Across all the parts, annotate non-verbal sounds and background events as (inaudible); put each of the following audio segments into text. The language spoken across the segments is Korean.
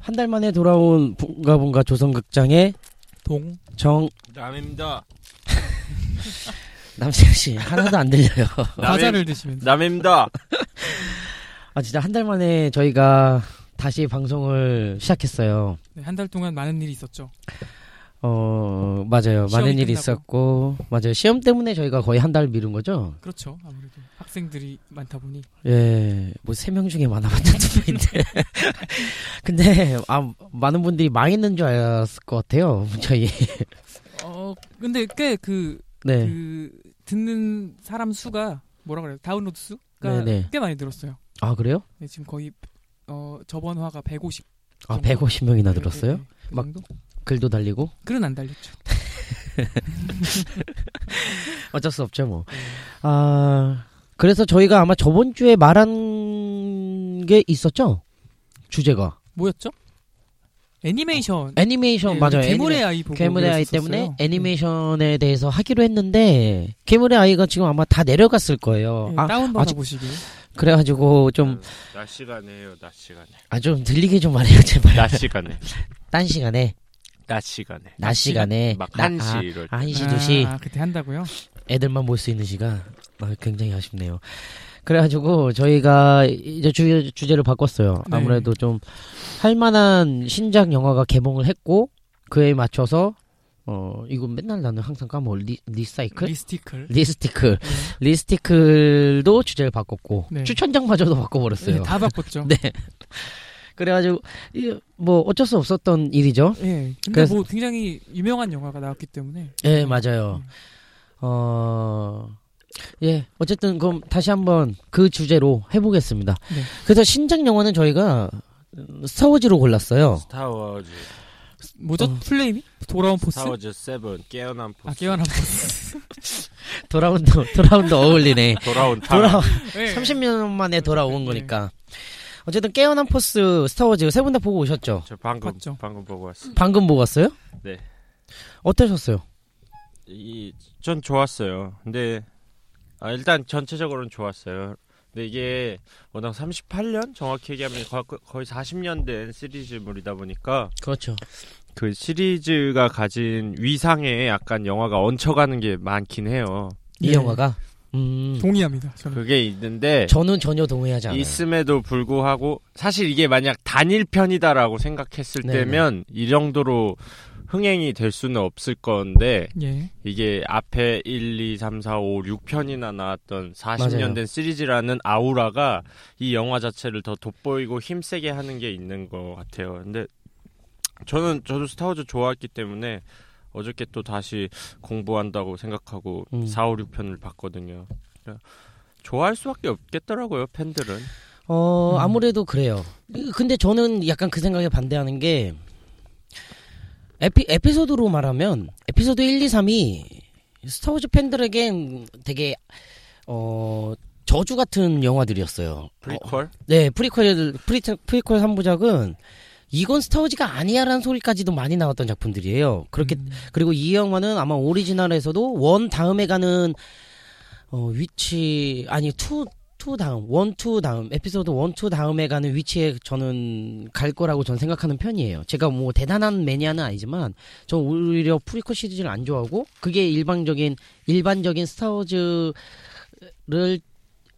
한 달 만에 돌아온 본가 본가 조선극장의 동 정 남입니다. 남세현 씨 하나도 안 들려요. (laughs) 과자를 드시면 남입니다. 아 진짜 한 달 만에 저희가 다시 방송을 시작했어요. 네, 한 달 동안 많은 일이 있었죠. 어 맞아요. 많은 시험이 일이 끝나고. 있었고 맞아요. 시험 때문에 저희가 거의 한 달 미룬 거죠. 그렇죠. 아무래도 학생들이 많다 보니 예, 뭐 세 명 중에 많아봤자 두 명인데. (laughs) 근데 아 많은 분들이 망했는 줄 알았을 것 같아요. 저희 어 근데 꽤그 네. 그 듣는 사람 수가 뭐라 그래요? 다운로드 수가 네네. 꽤 많이 늘었어요. 아 그래요? 네, 지금 거의 어 저번 화가 150. 아 정도. 150명이나 들었어요? 네, 네, 그 막- 정도? 글도 달리고 글은 안 달렸죠. 어쩔 수 없죠 네. 뭐. 아 그래서 저희가 아마 저번 주에 말한 게 있었죠? 주제가 뭐였죠? 애니메이션. 어, 애니메이션 네, 맞아요. 괴물의 아이 보고 괴물의 아이 그랬었어요. 네. 때문에 애니메이션에 대해서 하기로 했는데 괴물의 아이가 지금 아마 다 내려갔을 거예요. 네, 아 다운 받아 아직- 보시기. 그래가지고 좀 아 좀 음, 낮 시간에 해요. 낮 시간에. 들리게 좀 말해요 제발. 낮 시간에. 딴 시간에 낮 시간에. 낮 시간에 막 나- 1시 아, 이럴 때. 아, 1시 2시 아, 그때 한다고요? 애들만 볼 수 있는 시간 아, 굉장히 아쉽네요. 그래가지고 저희가 이제 주, 주제를 바꿨어요. 네. 아무래도 좀 할만한 신작 영화가 개봉을 했고 그에 맞춰서 어 이건 맨날 나는 항상 까먹어 리, 리사이클 리스티클. 리스티클 리스티클도 주제를 바꿨고 네. 추천장마저도 네, 바꿔버렸어요. 다 바꿨죠. 네. (laughs) 그래가지고 이- 뭐 어쩔 수 없었던 일이죠. 예. 근데 그래서- 뭐 굉장히 유명한 영화가 나왔기 때문에. 예 맞아요. 어, 예, 어쨌든 그럼 다시 한번 그 주제로 해보겠습니다. 네. 그래서 신작 영화는 저희가 음, 스타워즈로 골랐어요. 스타워즈. 뭐죠? 어. 플레임이? 돌아온 포스? 스타워즈 7 깨어난 포스. 아, 깨어난 (laughs) 포스. 돌아온다, 돌아온다 어울리네. 돌아온 타. 돌아, 예. 30년 만에 돌아온 네. 거니까. 어쨌든 깨어난 포스 스타워즈 세 분 다 보고 오셨죠? 저 방금 봤죠. 방금 보고 왔어요. 방금 보고 왔어요? 네. 어떠셨어요? 이, 전 좋았어요. 근데 아, 일단 전체적으로는 좋았어요. 근데 이게 워낙 38년 정확히 얘기하면 거- 거의 40년 된 시리즈물이다 보니까 그렇죠. 그 시리즈가 가진 위상에 약간 영화가 얹혀가는 게 많긴 해요. 이 예. 영화가. 음, 동의합니다. 저는. 그게 있는데 저는 전혀 동의하지 않아요. 있음에도 불구하고 사실 이게 만약 단일 편이다라고 생각했을 네네. 때면 이 정도로 흥행이 될 수는 없을 건데 그 예. 이게 앞에 1, 2, 3, 4, 5, 6편이나 나왔던 40년 맞아요. 된 시리즈라는 아우라가 이 영화 자체를 더 돋보이고 힘세게 하는 게 있는 것 같아요. 근데 저는 저도 스타워즈 좋아했기 때문에 어저께 또 다시 공부한다고 생각하고 음. 4, 5, 6편을 봤거든요. 그러니까 좋아할 수밖에 없겠더라고요 팬들은. 어, 음. 아무래도 그래요. 근데 저는 약간 그 생각에 반대하는 게 에피, 에피소드로 말하면 에피소드 1, 2, 3이 스타워즈 팬들에겐 되게 어 저주 같은 영화들이었어요. 어, 프리퀄? 네, 프리퀄 프리, 프리퀄 3부작은 이건 스타워즈가 아니야라는 소리까지도 많이 나왔던 작품들이에요. 그렇게 음. 그리고 이 영화는 아마 오리지널에서도 원 다음에 가는 어, 위치 아니 투 투 다음 원 투 다음 에피소드 원 투 다음에 가는 위치에 저는 갈 거라고 저는 생각하는 편이에요. 제가 뭐 대단한 매니아는 아니지만 저는 오히려 프리퀄 시리즈를 안 좋아하고 그게 일방적인 일반적인 스타워즈를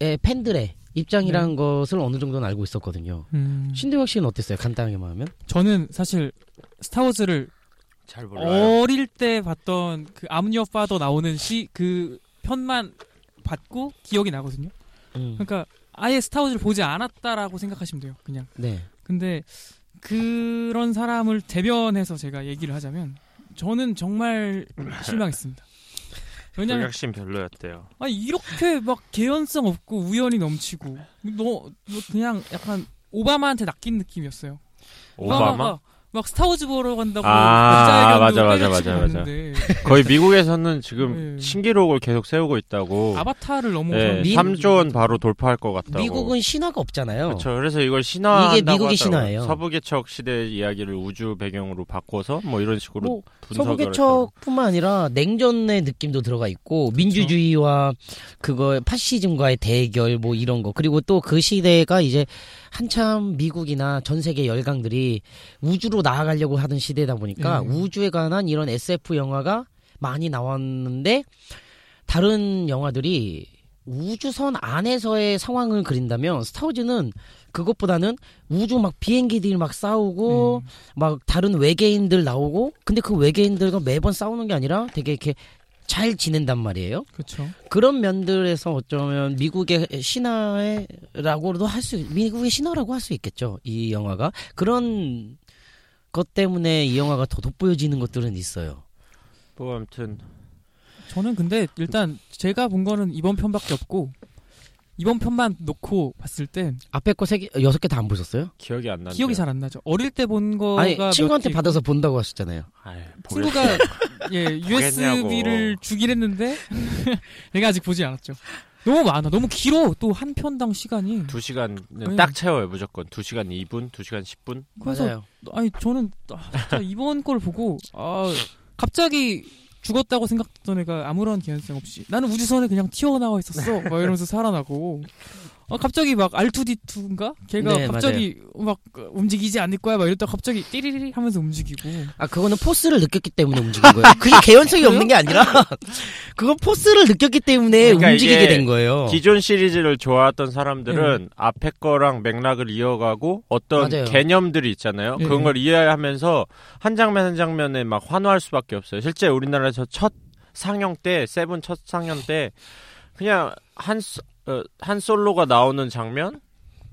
의 팬들의 입장이라는 것을 어느 정도는 알고 있었거든요. 음. 신대혁 씨는 어땠어요? 간단하게 말하면 저는 사실 스타워즈를 잘 몰라요. 어릴 때 봤던 그 암녀 파더 나오는 시 그 편만 봤고 기억이 나거든요. 그러니까 아예 스타워즈를 보지 않았다라고 생각하시면 돼요. 그냥. 네. 근데 그런 사람을 대변해서 제가 얘기를 하자면 저는 (laughs) 정말 실망했습니다. 왜냐면 조각심 별로였대요. 아니 이렇게 막 개연성 없고 우연이 넘치고 너, 너 그냥 약간 오바마한테 낚인 느낌이었어요. 오바마? 오바마가 막 스타워즈 보러 간다고 아, 기자회견도 맞아, 맞아, 때려치고 맞아, 맞아. 갔는데 거의 미국에서는 지금 네. 음. 신기록을 계속 세우고 있다고. 아바타를 넘어 네, 미- 3조 원 바로 돌파할 것 같다고. 미국은 신화가 없잖아요. 그렇죠. 그래서 이걸 신화 이게 미국의 신화예요. 서부 개척 시대 이야기를 우주 배경으로 바꿔서 뭐 이런 식으로 뭐, 서부 분석을 했다고. 그렇죠. 개척뿐만 아니라 냉전의 느낌도 들어가 있고 민주주의와 그거 파시즘과의 대결 뭐 이런 거 그리고 또 그 시대가 이제 한참 미국이나 전 세계 열강들이 우주로 나아가려고 하던 시대다 보니까 음. 우주에 관한 이런 SF 영화가 많이 나왔는데 다른 영화들이 우주선 안에서의 상황을 그린다면 스타워즈는 그것보다는 우주 막 비행기들이 막 음. 싸우고 음, 막 다른 외계인들 나오고 근데 그 외계인들과 매번 싸우는 게 아니라 되게 이렇게 잘 지낸단 말이에요. 그렇죠. 그런 면들에서 어쩌면 미국의 신화라고도 할 수 미국의 신화라고 할 수 있겠죠. 이 영화가 그런 것 때문에 이 영화가 더 돋보여지는 것들은 있어요. 뭐 아무튼 저는 근데 일단 제가 본 거는 이번 편밖에 없고 이번 편만 놓고 봤을 때 앞에 거 세 개, 여섯 개 다 안 보셨어요? 기억이 안 나는데. 기억이 잘 안 나죠. 어릴 때 본 거가 아니 몇 친구한테 개 받아서 본다고 하셨잖아요. 아이, 친구가 (laughs) 예 USB를 주긴 했는데 (laughs) 내가 아직 보지 않았죠. 너무 많아. 너무 길어. 또 한 편당 시간이. 두 시간은 음. 네. 딱 채워요 무조건. 두 시간 2 분, 두 시간 1 0 분. 그래서 맞아요. 아니 저는 아, 진짜 이번 걸 보고 아 갑자기 죽었다고 생각했던 애가 아무런 개연성 없이 나는 우주선에 그냥 튀어나와 있었어 막 이러면서 살아나고 아, 갑자기 막 R2D2인가 걔가 네, 갑자기 막 어, 움직이지 않을 거야 막 이랬다 가 갑자기 띠리리리 하면서 움직이고 아 그거는 포스를 느꼈기 때문에 움직인 거예요. 그게 개연성이 없는 게 아니라 그건 포스를 느꼈기 때문에 그러니까 움직이게 이게 된 거예요. 기존 시리즈를 좋아했던 사람들은 앞에 거랑 맥락을 이어가고 어떤 예. 맞아요. 개념들이 있잖아요. 예. 그런 걸 이해하면서 한 장면 한 장면에 막 환호할 수밖에 없어요. 실제 우리나라에서 첫 상영 때 세븐 첫 상영 때 그냥 한, 소- 어, 한 솔로가 나오는 장면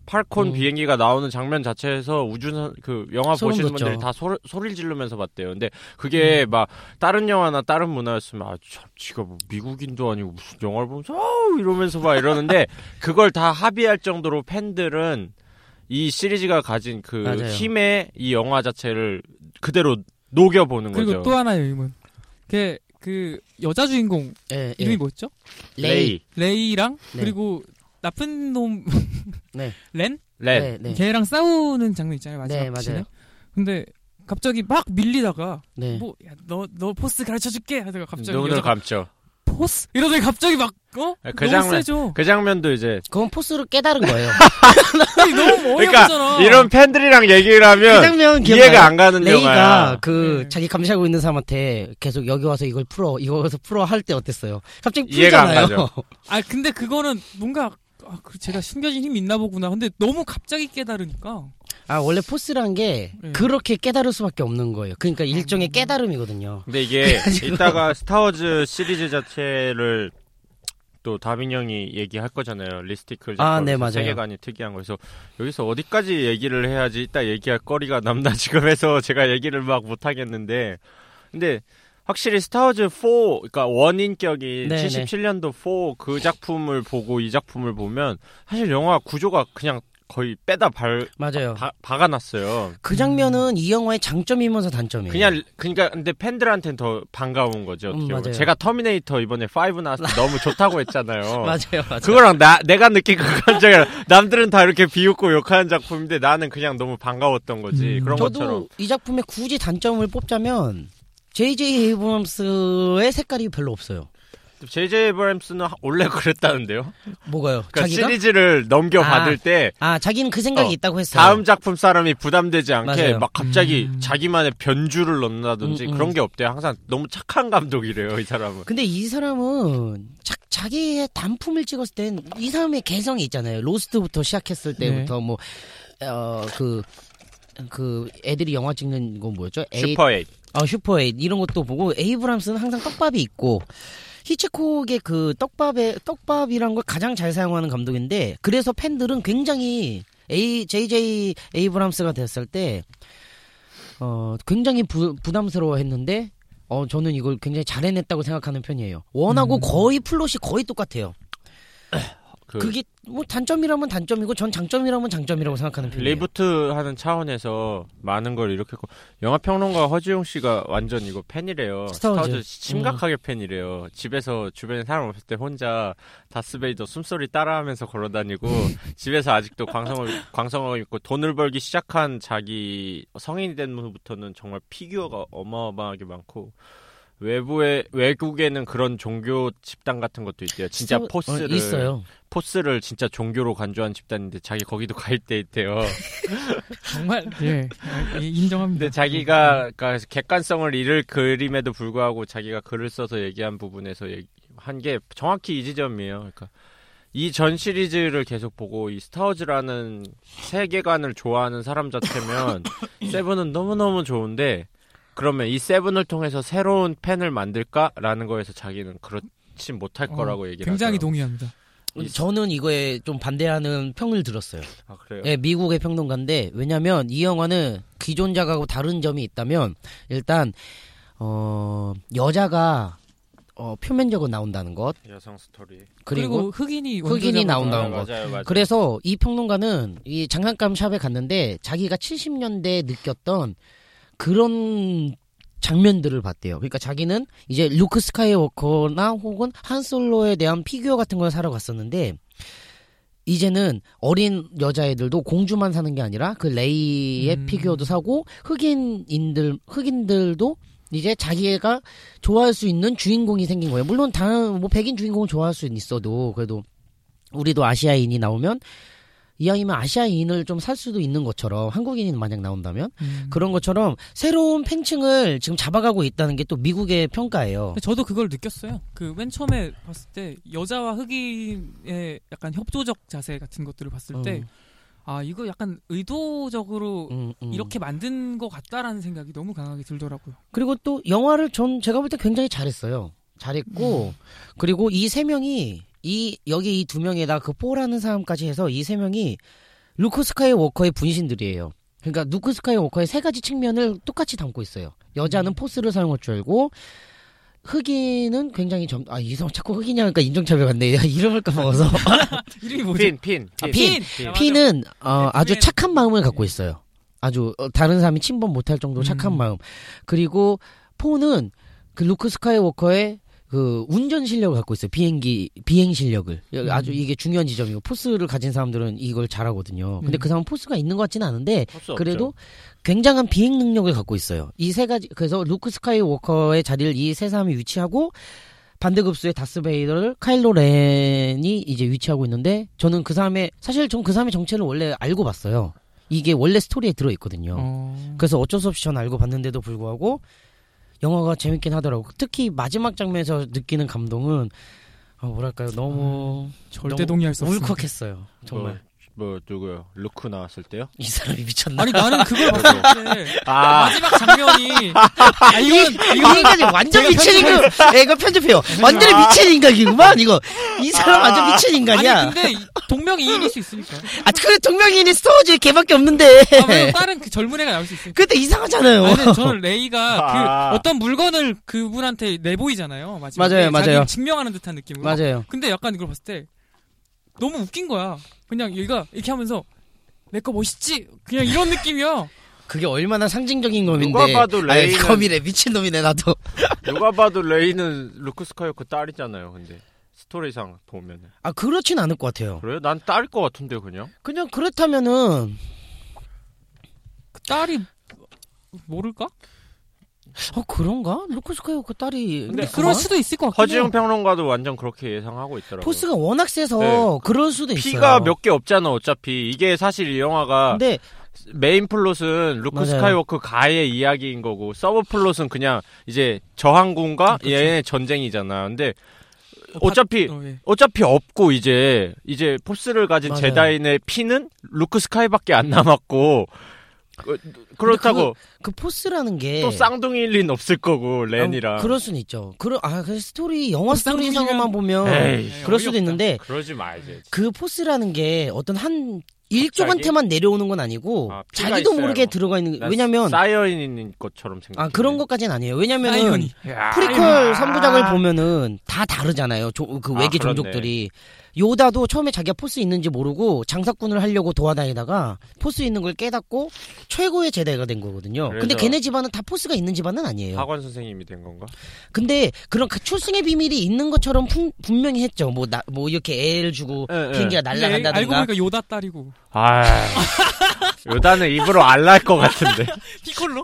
팔콘 음. 비행기가 나오는 장면 자체에서 우주선 그 영화 소름 보시는 돋죠. 음. 분들이 다 소, 소리를 지르면서 봤대요. 근데 그게 막 다른 영화나 다른 문화였으면 아참 지가 뭐 미국인도 아니고 무슨 영화를 보면서 아우 이러면서 막 이러는데 그걸 다 합의할 정도로 팬들은 이 시리즈가 가진 그 맞아요. 힘에 이 영화 자체를 그대로 녹여 보는 그리고 거죠. 또 하나의 의문 걔 그 여자 주인공 예, 예. 이름이 뭐였죠 레이. 레이랑 네. 그리고 나쁜 네. (laughs) 놈렌 렌. 네, 네. 걔랑 싸우는 장면 있잖아요 마지막 네, 맞아요. 씬에. 근데 갑자기 막 밀리다가 네. 뭐, 야, 너, 너 포스 가르쳐 줄게. 하다가 갑자기 눈을 여자가 감죠. 포스? 이러더니 갑자기 막, 어? 아, 그 너무 장면- (laughs) 세죠? 그 장면도 이제 그건 포스를 깨달은 (laughs) 거예요. 아니, 너무 그러니까 어이없잖아. 이런 팬들이랑 얘기를 그 하면 장면 기억나요? 이해가 안 가는 레이가 영화야. 그 네. 자기 감시하고 있는 사람한테 계속 여기 와서 이걸 풀어, 이거 와서 풀어 할 때 어땠어요? 갑자기 이해가 안 풀잖아요. 아, 근데 그거는 뭔가, 아, 그 제가 숨겨진 힘이 있나 보구나. 근데 너무 갑자기 깨달으니까. (laughs) 아 원래 포스란 게 네. 그렇게 깨달을 수밖에 없는 거예요. 그러니까 일종의 깨달음이거든요. 근데 이게 이따가 스타워즈 시리즈 자체를 또 다빈 형이 얘기할 거잖아요. 리스티클 아, 네, 작품에서 맞아요. 세계관이 특이한 거. 그래서 여기서 어디까지 얘기를 해야지 이따 얘기할 거리가 남나 (laughs) 지금 해서 제가 얘기를 막 못 하겠는데. 근데 확실히 스타워즈 4 그러니까 원인격이 네, 네. 77년도 4 그 작품을 보고 이 작품을 보면 사실 영화 구조가 그냥 거의 빼다 발 맞아요. 바, 박아놨어요. 그 장면은 이 영화의 장점이면서 단점이에요. 그냥 그러니까 근데 팬들한테는 더 반가운 거죠. 어떻게 네. 음, 보면. 맞아요. 제가 터미네이터 이번에 5 나왔을 때 너무 좋다고 했잖아요. (laughs) (laughs) 맞아요, 맞아요. 그거랑 나 내가 느낀 그 감정이랑 남들은 다 이렇게 비웃고 욕하는 작품인데 나는 그냥 너무 반가웠던 거지. 음. 그런 저도 것처럼. 이 작품의 굳이 단점을 뽑자면 J.J. 에이브럼스의 색깔이 별로 없어요. 제이제 브램스는 원래 그랬다는데요. 뭐가요? 그러니까 자기가? 시리즈를 넘겨 받을 아. 때 아 자기는 그 생각이 어, 있다고 했어요. 다음 작품 사람이 부담되지 않게 맞아요. 막 갑자기 음. 자기만의 변주를 넣는다든지 음, 음. 그런 게 없대요. 항상 너무 착한 감독이래요, 이 사람은. 근데 이 사람은 자, 기의 단품을 찍었을 땐 이 사람의 개성이 있잖아요. 로스트부터 시작했을 네. 때부터 뭐, 뭐어그그 그 애들이 영화 찍는 건 뭐였죠? 에이, 슈퍼에이. 어, 슈퍼에잇 이런 것도 보고 에이브람스는 항상 떡밥이 있고 히치콕의 그 떡밥에 떡밥이란 걸 가장 잘 사용하는 감독인데 그래서 팬들은 굉장히 에이 JJ 에이브람스가 됐을 때 어, 굉장히 부, 부담스러워했는데 어 저는 이걸 굉장히 잘 해냈다고 생각하는 편이에요. 원하고 음. 거의 플롯이 거의 똑같아요. 그 그게 뭐 단점이라면 단점이고 전 장점이라면 장점이라고 생각하는 편이에요. 리부트하는 차원에서 많은 걸 이렇게 했고 영화 평론가 허지용 씨가 완전 이거 팬이래요. 스타워즈. 음. 심각하게 팬이래요. 집에서 주변에 사람 없을 때 혼자 다스베이더 숨소리 따라하면서 (laughs) 걸어다니고 집에서 아직도 광성어 광성어 입고 돈을 벌기 시작한 자기 성인이 된 후부터는 정말 피규어가 어마어마하게 많고. 외부에 외국에는 그런 종교 집단 같은 것도 있대요. 진짜 스타워- 포스를 어, 있어요. 포스를 진짜 종교로 간주한 집단인데 자기 거기도 가입돼 있대요. (laughs) 정말 예, 아, 예, 인정합니다. 음, 근데 자기가 그러니까 객관성을 잃을 그림에도 불구하고 자기가 글을 써서 얘기한 부분에서 한 게 정확히 이 지점이에요. 그러니까 이 전 시리즈를 계속 보고 이 스타워즈라는 세계관을 좋아하는 (laughs) 사람 자체면 세븐은 너무너무 좋은데 그러면 이 세븐을 통해서 새로운 팬을 만들까라는 거에서 자기는 그렇지 못할 어, 거라고 얘기를 굉장히 하더라고요. 동의합니다. 이- 저는 이거에 좀 반대하는 평을 들었어요. 아 그래요. 예, 미국의 평론가인데 왜냐하면 이 영화는 기존작하고 다른 점이 있다면 일단 어, 여자가 어, 표면적으로 나온다는 것 여성 스토리. 그리고, 그리고, 흑인이 흑인이 원조자고 예. 나온다는 아, 거. 맞아요, 맞아요. 그래서 이 평론가는 이 장난감 샵에 갔는데 자기가 70년대에 느꼈던 그런 장면들을 봤대요. 그러니까 자기는 이제 루크 스카이워커나 혹은 한 솔로에 대한 피규어 같은 걸 사러 갔었는데 이제는 어린 여자애들도 공주만 사는 게 아니라 그 레이의 음. 피규어도 사고 흑인인들 흑인들도 이제 자기가 좋아할 수 있는 주인공이 생긴 거예요. 물론 다른 뭐 백인 주인공을 좋아할 수는 있어도 그래도 우리도 아시아인이 나오면 이왕이면 아시아인을 좀 살 수도 있는 것처럼 한국인이 만약 나온다면 음. 그런 것처럼 새로운 팬층을 지금 잡아가고 있다는 게 또 미국의 평가예요. 근데 저도 그걸 느꼈어요. 그 맨 처음에 봤을 때 여자와 흑인의 약간 협조적 자세 같은 것들을 봤을 때 아 이거 약간 의도적으로 어. 음, 음. 이렇게 만든 것 같다라는 생각이 너무 강하게 들더라고요. (laughs) 그리고 또 영화를 전 제가 볼 때 굉장히 잘했어요. 잘했고 음. 그리고 이 세 명이 이 여기 이 두 명에다 그 포라는 사람까지 해서 이 세 명이 루크 스카이워커의 분신들이에요. 그러니까 루크 스카이워커의 세 가지 측면을 똑같이 담고 있어요. 음. 여자는 포스를 사용할 줄 알고 흑인은 굉장히 점아 이성 자꾸 흑인이 하니까 인종차별 같네 (laughs) 이름을 까먹어서 이름이 뭐죠? 핀, 핀, 아, 핀. 핀. 아, 맞아. 피는 어, 네, 아주 그래. 착한 마음을 갖고 있어요. 아주 어, 다른 사람이 침범 못할 정도로 착한 음. 마음. 그리고 포는 그 루크 스카이워커의 그 운전 실력을 갖고 있어요. 비행기 비행 실력을 음. 아주 이게 중요한 지점이고 포스를 가진 사람들은 이걸 잘하거든요. 근데 음. 그 사람 은 포스가 있는 것 같지는 않은데 할수 없죠. 뭐, 그래도 굉장한 비행 능력을 갖고 있어요. 이 세 가지 그래서 루크 스카이워커의 자리를 이 세 사람이 위치하고 반대급수의 다스베이더를 카일로 렌이 이제 위치하고 있는데 저는 그 사람의 사실 전 그 사람의 정체를 원래 알고 봤어요. 이게 원래 스토리에 들어 있거든요. 어. 그래서 어쩔 수 없이 전 알고 봤는데도 불구하고 영화가 재밌긴 하더라고. 특히 마지막 장면에서 느끼는 감동은 아, 뭐랄까요 너무 아, 절대 너무 동의할 수 없어. 울컥했어요. 정말 뭐, 뭐 누구요? 루크 나왔을 때요? 이 사람이 미쳤나? 아니 나는 그걸 봤을 때 아, 마지막 (laughs) 장면이 아, 이건 이건 이거까지 완전 제가 미친 인간. 야, 이거 편집해요. 완전히 미친 인간이구만 이거. 이 사람 완전 미친 인간이야. 아. 아니 근데 이- 동명이인일 수 있으니까. 아, 그래 동명이인이 스토어즈에 걔밖에 없는데. 아, (laughs) 왜냐면 다른 그 젊은 애가 나올 수 있으니까. 근데 이상하잖아요. 아니, 근데 저는 레이가 그 아. 어떤 물건을 그분한테 내보이잖아요. 마지막에. 맞아요, 자기를 맞아요. 증명하는 듯한 (laughs) 느낌으로. 맞아요. 근데 약간 이걸 봤을 때 너무 웃긴 거야. 그냥 얘가 이렇게 하면서 내 거 멋있지? (laughs) 그냥 이런 느낌이야. 그게 얼마나 상징적인 놈인데. 누가 봐도 아니, 레이는- 컴이래 미친 놈이네 나도. 누가 봐도 레이는 루크 스카이워크 딸이잖아요. 근데 스토리상 보면은 아 그렇진 않을 것 같아요. 그래요? 난 딸일 것 같은데 그냥. 그냥 그렇다면은 그 딸이 모를까? 어 그런가? 루크 스카이워커 딸이. 근데 있구만? 그럴 수도 있을 것 같긴 허지웅 해요. 평론가도 완전 그렇게 예상하고 있더라고요. 포스가 워낙 세서 네. 그럴 수도 있어요. 피가 몇 개 없잖아 어차피 이게 사실 이 영화가 근데 메인 플롯은 루크 맞아요. 스카이워크 가의 이야기인 거고 서브 플롯은 그냥 이제 아, 저항군과 그쵸. 얘네 전쟁이잖아 근데 어, 다- 어차피 어, 예. 어차피 없고 이제 이제 포스를 가진 맞아요. 제다인의 피는 루크 스카이밖에 안 남았고 그- 그렇다고 그 포스라는 게 또 쌍둥이일 린 없을 거고 렌이랑 아, 그럴 수는 있죠. 그런 아그 스토리 영화 또 스토리상으로만 쌍둥이면- 보면 에이, 예, 그럴 수도 어이없다. 있는데 그러지 말지 그 포스라는 게 어떤 한 일족한테만 내려오는 건 아니고 아, 피가 자기도 있어요. 모르게 들어가 있는 난 왜냐면 사이언인 것처럼 생각 아 그런 것까지는 아니에요. 왜냐면은 아이언이. 프리퀄 3부작을 보면은 다 다르잖아요. 조- 그 아, 외계 그렇네. 종족들이 요다도 처음에 자기가 포스 있는지 모르고 장사꾼을 하려고 도와다니다가 포스 있는 걸 깨닫고 최고의 제대가 된 거거든요. 근데 그래서- 걔네 집안은 다 포스가 있는 집안은 아니에요. 학원 선생님이 된 건가? 근데 그런 그 출승의 비밀이 있는 것처럼 품- 분명히 했죠. 뭐 나 뭐 이렇게 애를 주고 예, 예. 비행기가 근데 알고 날아간다든가. 보니까 요다 딸이고 아 (laughs) 요다는 입으로 알날 것 같은데. (laughs) 피콜로?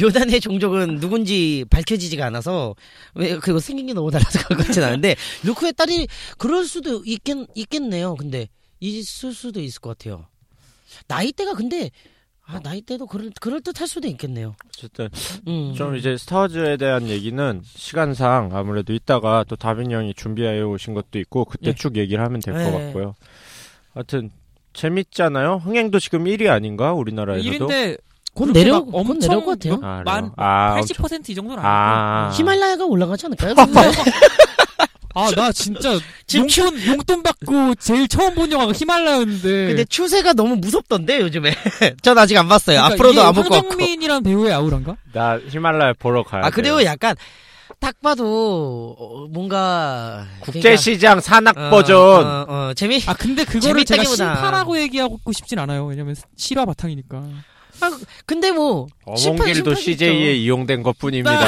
요단의 종족은 누군지 밝혀지지가 않아서 왜 그거 생긴 게 너무 달라서 그런 것 같진 않은데 루크의 딸이 그럴 수도 있겠, 있겠네요. 근데 있을 수도 있을 것 같아요. 나이대가 근데 아 나이대도 그럴 그럴 듯할 수도 있겠네요. 어쨌든 음. 좀 이제 스타워즈에 대한 얘기는 시간상 아무래도 이따가 또 다빈 형이 준비해 오신 것도 있고 그때 예. 쭉 얘기를 하면 될 것 예. 같고요. 하여튼 재밌잖아요. 흥행도 지금 1위 아닌가 우리나라에서도. 1인데 곧 내려 엄청 곧 내려올 것 같아요. 아, 그래요? 만 아, 80%이 정도는 아, 히말라야가 올라가지 않을까요? (laughs) 아 나 진짜 지금 용돈, 용돈 받고 제일 처음 본 영화가 히말라였는데 근데 추세가 너무 무섭던데 요즘에 (laughs) 전 아직 안 봤어요. 그러니까 앞으로도 이게 안 볼 것 같고. 황정민이란 배우의 아우란가? 나 히말라야 보러 가야 아 그리고 돼요. 약간 딱 봐도 어, 뭔가 국제 시장 산악 그러니까, 어, 버전. 어, 어, 재미 아 근데 그거를 제가 재밌다기보다. 실파라고 얘기하고 싶진 않아요 왜냐면 실화 바탕이니까 근데 뭐 심판- 어몽길도 심판이 CJ에 있죠. 이용된 것뿐입니다.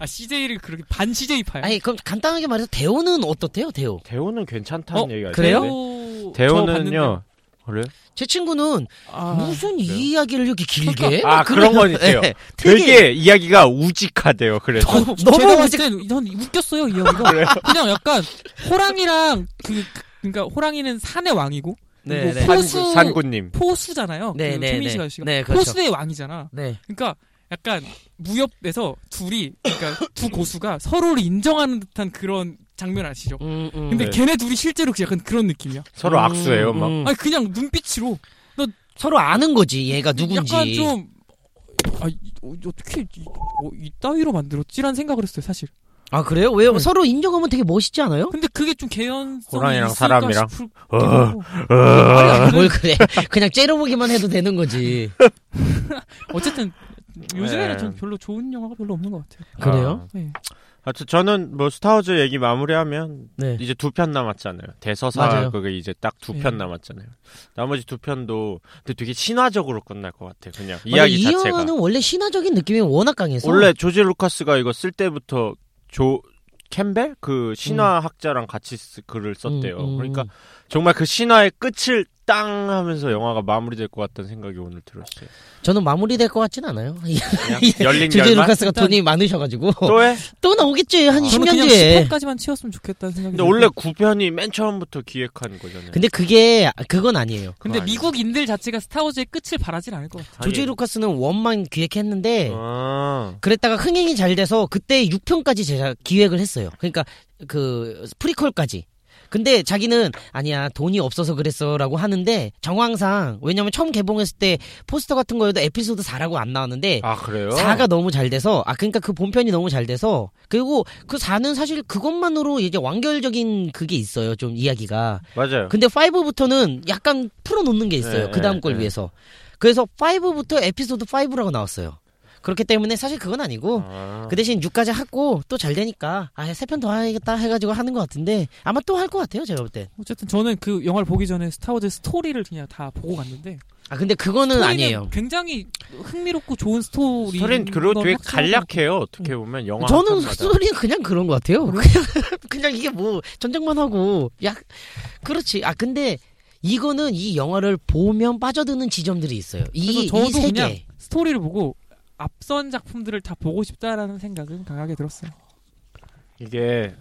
아 CJ를 그렇게 반 CJ파야 아니 그럼 간단하게 말해서 대호는 어떻대요 대호 대우는 괜찮다는 어, 얘기가 그래요? 있는데. 대호 대우는요. 그래요? 제 친구는 아, 무슨 그래요? 이 이야기를 이렇게 길게 아, 막 그런 건 있대요. 네, 되게 이야기가 우직하대요. 그래서 너무 제가 너무 어색- 봤을 땐 전 웃겼어요 이 형이가 그래요? 그냥 약간 호랑이랑 그 그러니까 호랑이는 산의 왕이고 네, 뭐 네. 포수 산구님. 포수잖아요 네, 그 네, 최민 네. 씨가 씨가 네, 그렇죠. 포수의 왕이잖아 네. 그러니까 약간 무협에서 둘이 그러니까 두 고수가 서로를 인정하는 듯한 그런 장면 아시죠? 음, 음. 근데 네. 어. 걔네 둘이 실제로 약간 그런 느낌이야. 서로 음, 악수해요, 막. 음. 아니 그냥 눈빛으로 서로 아는 거지 얘가 누군지 약간 좀 아, 이- 어, 어떻게 이, 어, 이따위로 만들었지란 생각을 했어요 사실. 아 그래요 왜요 네. 서로 인정하면 되게 멋있지 않아요? 근데 그게 좀 개연성이 호랑이랑 있을까 사람이랑? 싶을 어. 때도 있고. (laughs) 아, 뭘 그래 그냥 째려보기만 해도 되는 거지 어쨌든 요즘에는 네. 전 별로 좋은 영화가 별로 없는 것 같아요. 그래요? 아. 네. 하여튼 저는 뭐 스타워즈 얘기 마무리하면 네 이제 두 편 남았잖아요. 대서사 맞아요. 그게 이제 딱 두 네. 편 남았잖아요. 나머지 두 편도 근데 되게 신화적으로 끝날 것 같아. 그냥 원래 이야기 이 자체가. 영화는 원래 신화적인 느낌이 워낙 강해서 음, 원래 조지 루카스가 이거 쓸 때부터 조 캠벨 그 신화학자랑 같이 쓰- 글을 썼대요. 음, 음, 그러니까 음. 정말 그 신화의 끝을 땅 하면서 영화가 마무리될 것 같다는 생각이 오늘 들었어요. 저는 마무리될 것 같진 않아요. (laughs) 그냥 열린 예, 조지 결말 루카스가 돈이 많으셔가지고 (laughs) 또, 또 해? 나오겠지 한 아. 10년 저는 그냥 뒤에. 10편까지만 치웠으면 좋겠다는 생각이. 근데 들어요. 원래 9편이 맨 처음부터 기획한 거잖아요. 그 근데 그게 그건 아니에요. 근데 그거 아니에요. 미국인들 자체가 스타워즈의 끝을 바라진 않을 것 같아요. 아니, 조지 루카스는 원만 기획했는데 아, 그랬다가 흥행이 잘 돼서 그때 6편까지 제작 기획을 했어요. 그러니까 그 프리퀄까지. 근데 자기는 아니야 돈이 없어서 그랬어라고 하는데 정황상 왜냐면 처음 개봉했을 때 포스터 같은 거에도 에피소드 4라고 안 나왔는데 아 그래요? 4가 너무 잘 돼서 아 그러니까 그 본편이 너무 잘 돼서 그리고 그 4는 사실 그것만으로 이제 완결적인 그게 있어요 좀 이야기가 맞아요. 근데 5부터는 약간 풀어놓는 게 있어요 예, 그 다음 예, 걸 예. 위해서 그래서 5부터 에피소드 5라고 나왔어요 그렇기 때문에 사실 그건 아니고 아. 그 대신 6까지 하고 또 잘 되니까 아 세 편 더 하겠다 해가지고 하는 것 같은데 아마 또 할 것 같아요 제가 볼 때 아 어쨌든 저는 그 영화를 보기 전에 스타워즈 스토리를 그냥 다 보고 갔는데 음, 아, 근데 그거는 스토리는 아니에요 굉장히 흥미롭고 좋은 스토리. 스토리는 그리고 되게 간략해요. 어떻게 보면 영화 한 음. 저는 편마다. 스토리는 그냥 그런 것 같아요. 그냥, (laughs) 그냥 이게 뭐 전쟁만 하고 약 그렇지. 아 근데 이거는 이 영화를 보면 빠져드는 지점들이 있어요. 그래서 이 저도 이 세계. 그냥 스토리를 보고 앞선 작품들을 다 보고 싶다라는 생각은 강하게 들었어요. 이게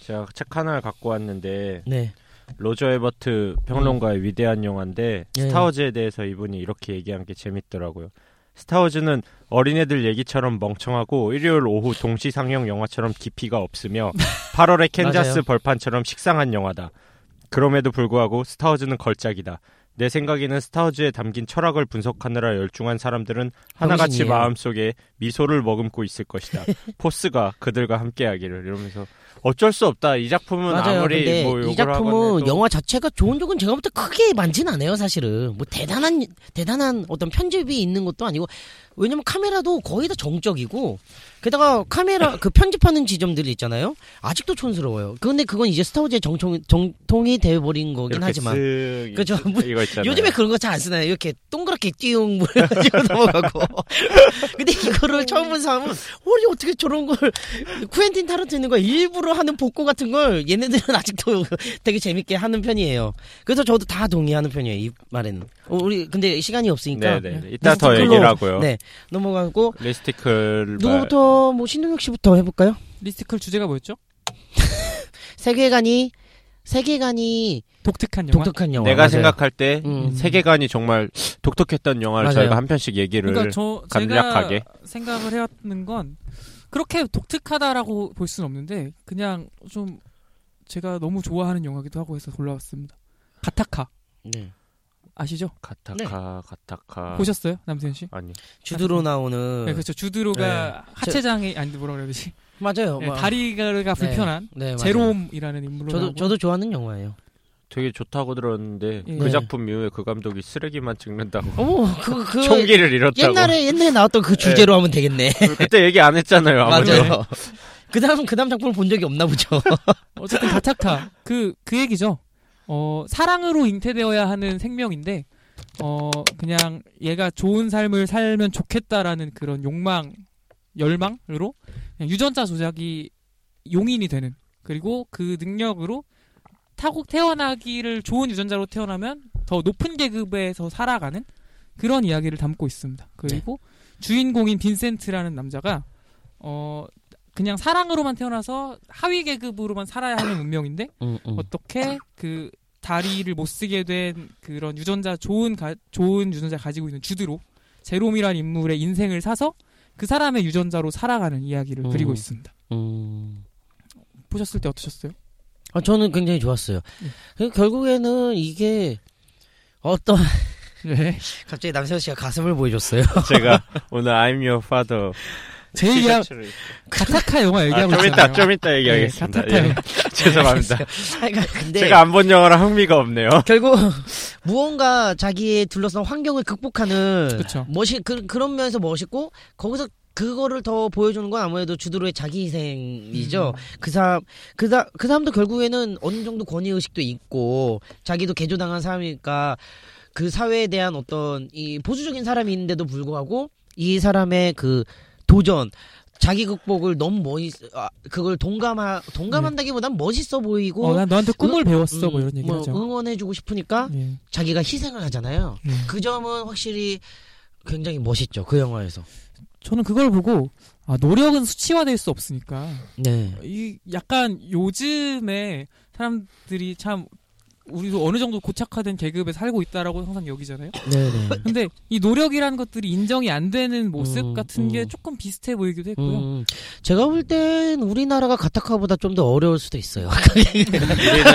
제가 책 하나를 갖고 왔는데 네. 로저 에버트 평론가의 위대한 영화인데 예. 스타워즈에 대해서 이분이 이렇게 얘기한 게 재밌더라고요. 스타워즈는 어린애들 얘기처럼 멍청하고 일요일 오후 동시 상영 영화처럼 깊이가 (laughs) 없으며 8월의 캔자스 맞아요. 벌판처럼 식상한 영화다. 그럼에도 불구하고 스타워즈는 걸작이다. 내 생각에는 스타워즈에 담긴 철학을 분석하느라 열중한 사람들은 하나같이 정신이에요. 마음속에 미소를 머금고 (laughs) 있을 것이다. 포스가 그들과 함께하기를 이러면서 어쩔 수 없다. 이 작품은 맞아요. 아무리 근데 뭐 욕을 이 작품은 하건 해도 영화 자체가 좋은 쪽은 제가 볼 때 크게 많진 않아요, 사실은. 뭐 대단한 대단한 어떤 편집이 있는 것도 아니고 왜냐면 카메라도 거의 다 정적이고 게다가 카메라 (laughs) 그 편집하는 지점들 이 있잖아요. 아직도 촌스러워요. 근데 그건 이제 스타워즈의 정통, 정통이 돼 버린 거긴 이렇게 하지만 쓱 그죠? 뭐, 이거 있잖아요. 요즘에 그런 거 잘 안 쓰나요? 이렇게 동그랗게 띠용 뭐 해가지고 넘어가고. (laughs) 근데 이거를 처음 본 사람은, 우리 어떻게 저런 걸, 쿠엔틴 타르티노가 일부러 하는 복고 같은 걸 얘네들은 아직도 되게 재밌게 하는 편이에요. 그래서 저도 다 동의하는 편이에요, 이 말에는. 어, 우리, 근데 시간이 없으니까. 네네. 이따 그러니까. 더 리스티클로, 얘기를 하고요. 네. 넘어가고, 리스티클 누구부터, 뭐, 신동혁 씨부터 해볼까요? 리스티클 주제가 뭐였죠? 세계관이, 세계관이 독특한 영화. 독특한 영화. 내가 맞아요. 생각할 때 음. 세계관이 정말 독특했던 영화를 맞아요. 저희가 한 편씩 얘기를 그러니까 저 간략하게. 제가 생각을 해왔는 건 그렇게 독특하다라고 볼 수는 없는데 그냥 좀 제가 너무 좋아하는 영화기도 하고 해서 골라왔습니다. 가타카 네. 아시죠? 가타카 네. 가타카 보셨어요 남세현 씨? 아니 주드로 나오는. 네, 그렇죠. 주드로가 어. 네. 하체장애 아니 뭐라 그래야 되지? 맞아요. 네, 뭐- 다리가 불편한 네, 맞아요. 제롬이라는 인물로 저도 나오고 저도 좋아하는 영화예요. 되게 좋다고 들었는데 예. 그 네. 작품 이후에 그 감독이 쓰레기만 찍는다고 오그그 (laughs) 총기를 잃었다고 옛날에 옛날에 나왔던 그 주제로 하면 되겠네. (laughs) 그때 얘기 안 했잖아요 아무도 (laughs) 맞아요. 그다음 그다음 작품을 본 적이 없나 보죠. 어쨌든 가타카 그 그 얘기죠. 어 사랑으로 잉태되어야 하는 생명인데 어 그냥 얘가 좋은 삶을 살면 좋겠다라는 그런 욕망 열망으로 그냥 유전자 조작이 용인이 되는 그리고 그 능력으로 타국 태어나기를 좋은 유전자로 태어나면 더 높은 계급에서 살아가는 그런 이야기를 담고 있습니다. 그리고 주인공인 빈센트라는 남자가 어 그냥 사랑으로만 태어나서 하위 계급으로만 살아야 하는 운명인데 음, (laughs) 어떻게 그 다리를 못 쓰게 된 그런 유전자 좋은 가, 좋은 유전자 가지고 있는 주드로 제롬이란 인물의 인생을 사서 그 사람의 유전자로 살아가는 이야기를 음. 그리고 있습니다. 음. 보셨을 때 어떠셨어요? 아, 저는 굉장히 좋았어요. 그 결국에는 이게 어떤 네. 갑자기 남세호 씨가 가슴을 보여줬어요. (laughs) 제가 오늘 I'm Your Father 그 제 (laughs) 이야 티셔츠를- 가타카 영화 아, 얘기하고 좀 있잖아요. 이따 좀 이따 얘기하겠습니다 네, 가타카 예. (laughs) 영화. 죄송합니다 아니, 그러니까 근데 제가 안 본 영화라 흥미가 없네요 결국 (laughs) 무언가 자기의 둘러싼 환경을 극복하는 그쵸. 멋이 그, 그런 면에서 멋있고 거기서 그거를 더 보여주는 건 아무래도 주드로의 자기 희생이죠. 음. 그 사람 그, 사, 그 사람도 결국에는 어느 정도 권위 의식도 있고 자기도 개조당한 사람이니까 그 사회에 대한 어떤 이 보수적인 사람이 있는데도 불구하고 이 사람의 그 도전 자기 극복을 너무 멋있 아, 그걸 동감하 동감한다기보단 멋있어 보이고 음. 어, 난 너한테 꿈을 배웠어 뭐 음, 이런 얘기 뭐 음. 하죠. 응원해주고 싶으니까 예. 자기가 희생을 하잖아요. 예. 그 점은 확실히 굉장히 멋있죠. 그 영화에서. 저는 그걸 보고 아, 노력은 수치화될 수 없으니까 네. 이 약간 요즘에 사람들이 참 우리도 어느 정도 고착화된 계급에 살고 있다라고 항상 여기잖아요. (laughs) 네네. 근데 이 노력이라는 것들이 인정이 안 되는 모습 음, 같은 게 음. 조금 비슷해 보이기도 했고요. 음, 제가 볼 땐 우리나라가 가타카보다 좀 더 어려울 수도 있어요. (laughs) 네. (laughs) 우리는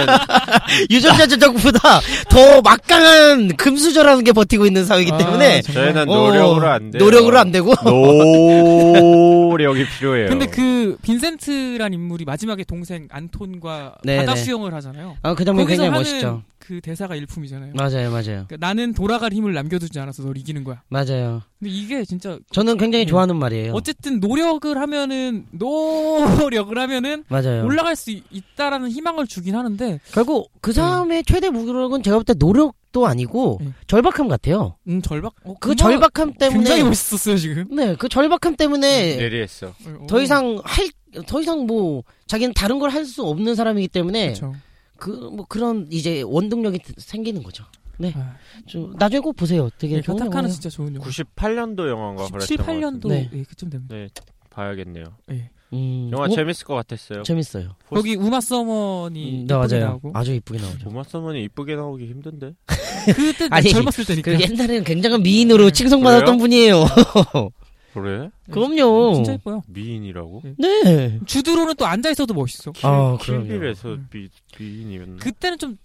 유전자 (laughs) 조작보다 더 막강한 금수저라는 게 버티고 있는 사회이기 아, 때문에 정말. 저희는 어, 노력으로 안 돼요 노력으로 안 되고 노력이 필요해요 근데 그 빈센트란 인물이 마지막에 동생 안톤과 네, 바다 네. 수영을 하잖아요. 아, 그 장면 거기서 굉장히 하는 멋있죠. 그 대사가 일품이잖아요. 맞아요, 맞아요. 그러니까 나는 돌아갈 힘을 남겨두지 않아서 널 이기는 거야. 맞아요. 근데 이게 진짜 저는 굉장히 음. 좋아하는 말이에요. 어쨌든 노력을 하면은 노력을 하면은 맞아요. 올라갈 수 있다라는 희망을 주긴 하는데 결국 그 사람의 최대 무기력은 제가 볼 때 노력도 아니고 음. 절박함 같아요. 음 절박 어, 그 그만- 절박함 때문에 굉장히 멋있었어요 지금 네, 그 절박함 때문에 예리했어 어, 더 이상 할 더 이상 뭐 자기는 다른 걸 할 수 없는 사람이기 때문에 그쵸. 그 뭐 그런 이제 원동력이 생기는 거죠. 아, 좀 나중에 꼭 보세요. 되게 네, 네. 좋은 가타카는 영화예요. 진짜 좋은 영화 98년도 영화인가 97, 그랬던 것 8년도 네. 예, 그쯤 됩니다 같은데. 네 봐야겠네요 예. 음, 영화 어, 재밌을 것 같았어요 재밌어요. 포스- 거기 우마 서머니 음, 예쁘게 네, 맞아요. 나오고 아주 이쁘게 나오죠. 오마 서머니 이쁘게 나오기 힘든데 (laughs) 그때 아니, 젊었을 때니까 음, 그 옛날에는 굉장한 네. 미인으로 칭송받았던 그래요? 분이에요. 그래? (laughs) 그럼요. 진짜 예뻐요 미인이라고? 네. 주드로는 또 앉아 있어도 멋있어 아, 그럼요. 그 킬빌에서 미, 미인이었나? 그때는 좀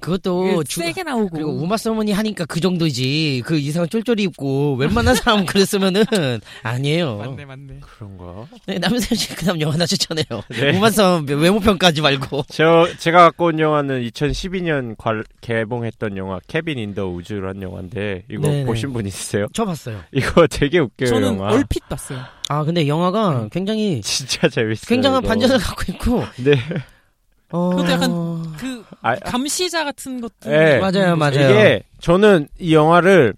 그것도 이게 주, 예, 세게 나오고 그리고 우마 서머니 하니까 그 정도지. 그 이상은 쫄쫄이 입고 웬만한 사람 그랬으면은 (laughs) 어. 아니에요. 맞네 맞네. 그런가? 네, 남세현 씨 그다음 영화 나셨잖아요. 네. 우마 서머니 외모 평가하지 말고. 저 제가 갖고 온 영화는 2012년 괄- 개봉했던 영화 캐빈 인 더 우즈라는 영화인데 이거 네네. 보신 분 있으세요? (laughs) 저 봤어요. 이거 되게 웃겨요 저는 영화. 얼핏 봤어요. 아 근데 영화가 굉장히 (laughs) 진짜 재밌어요. 굉장한 이거. 반전을 갖고 있고. 네. 어... 그것도 약간- (laughs) 그 아, 감시자 같은 음, 것도 예. 맞아요, 맞아요. 이게 저는 이 영화를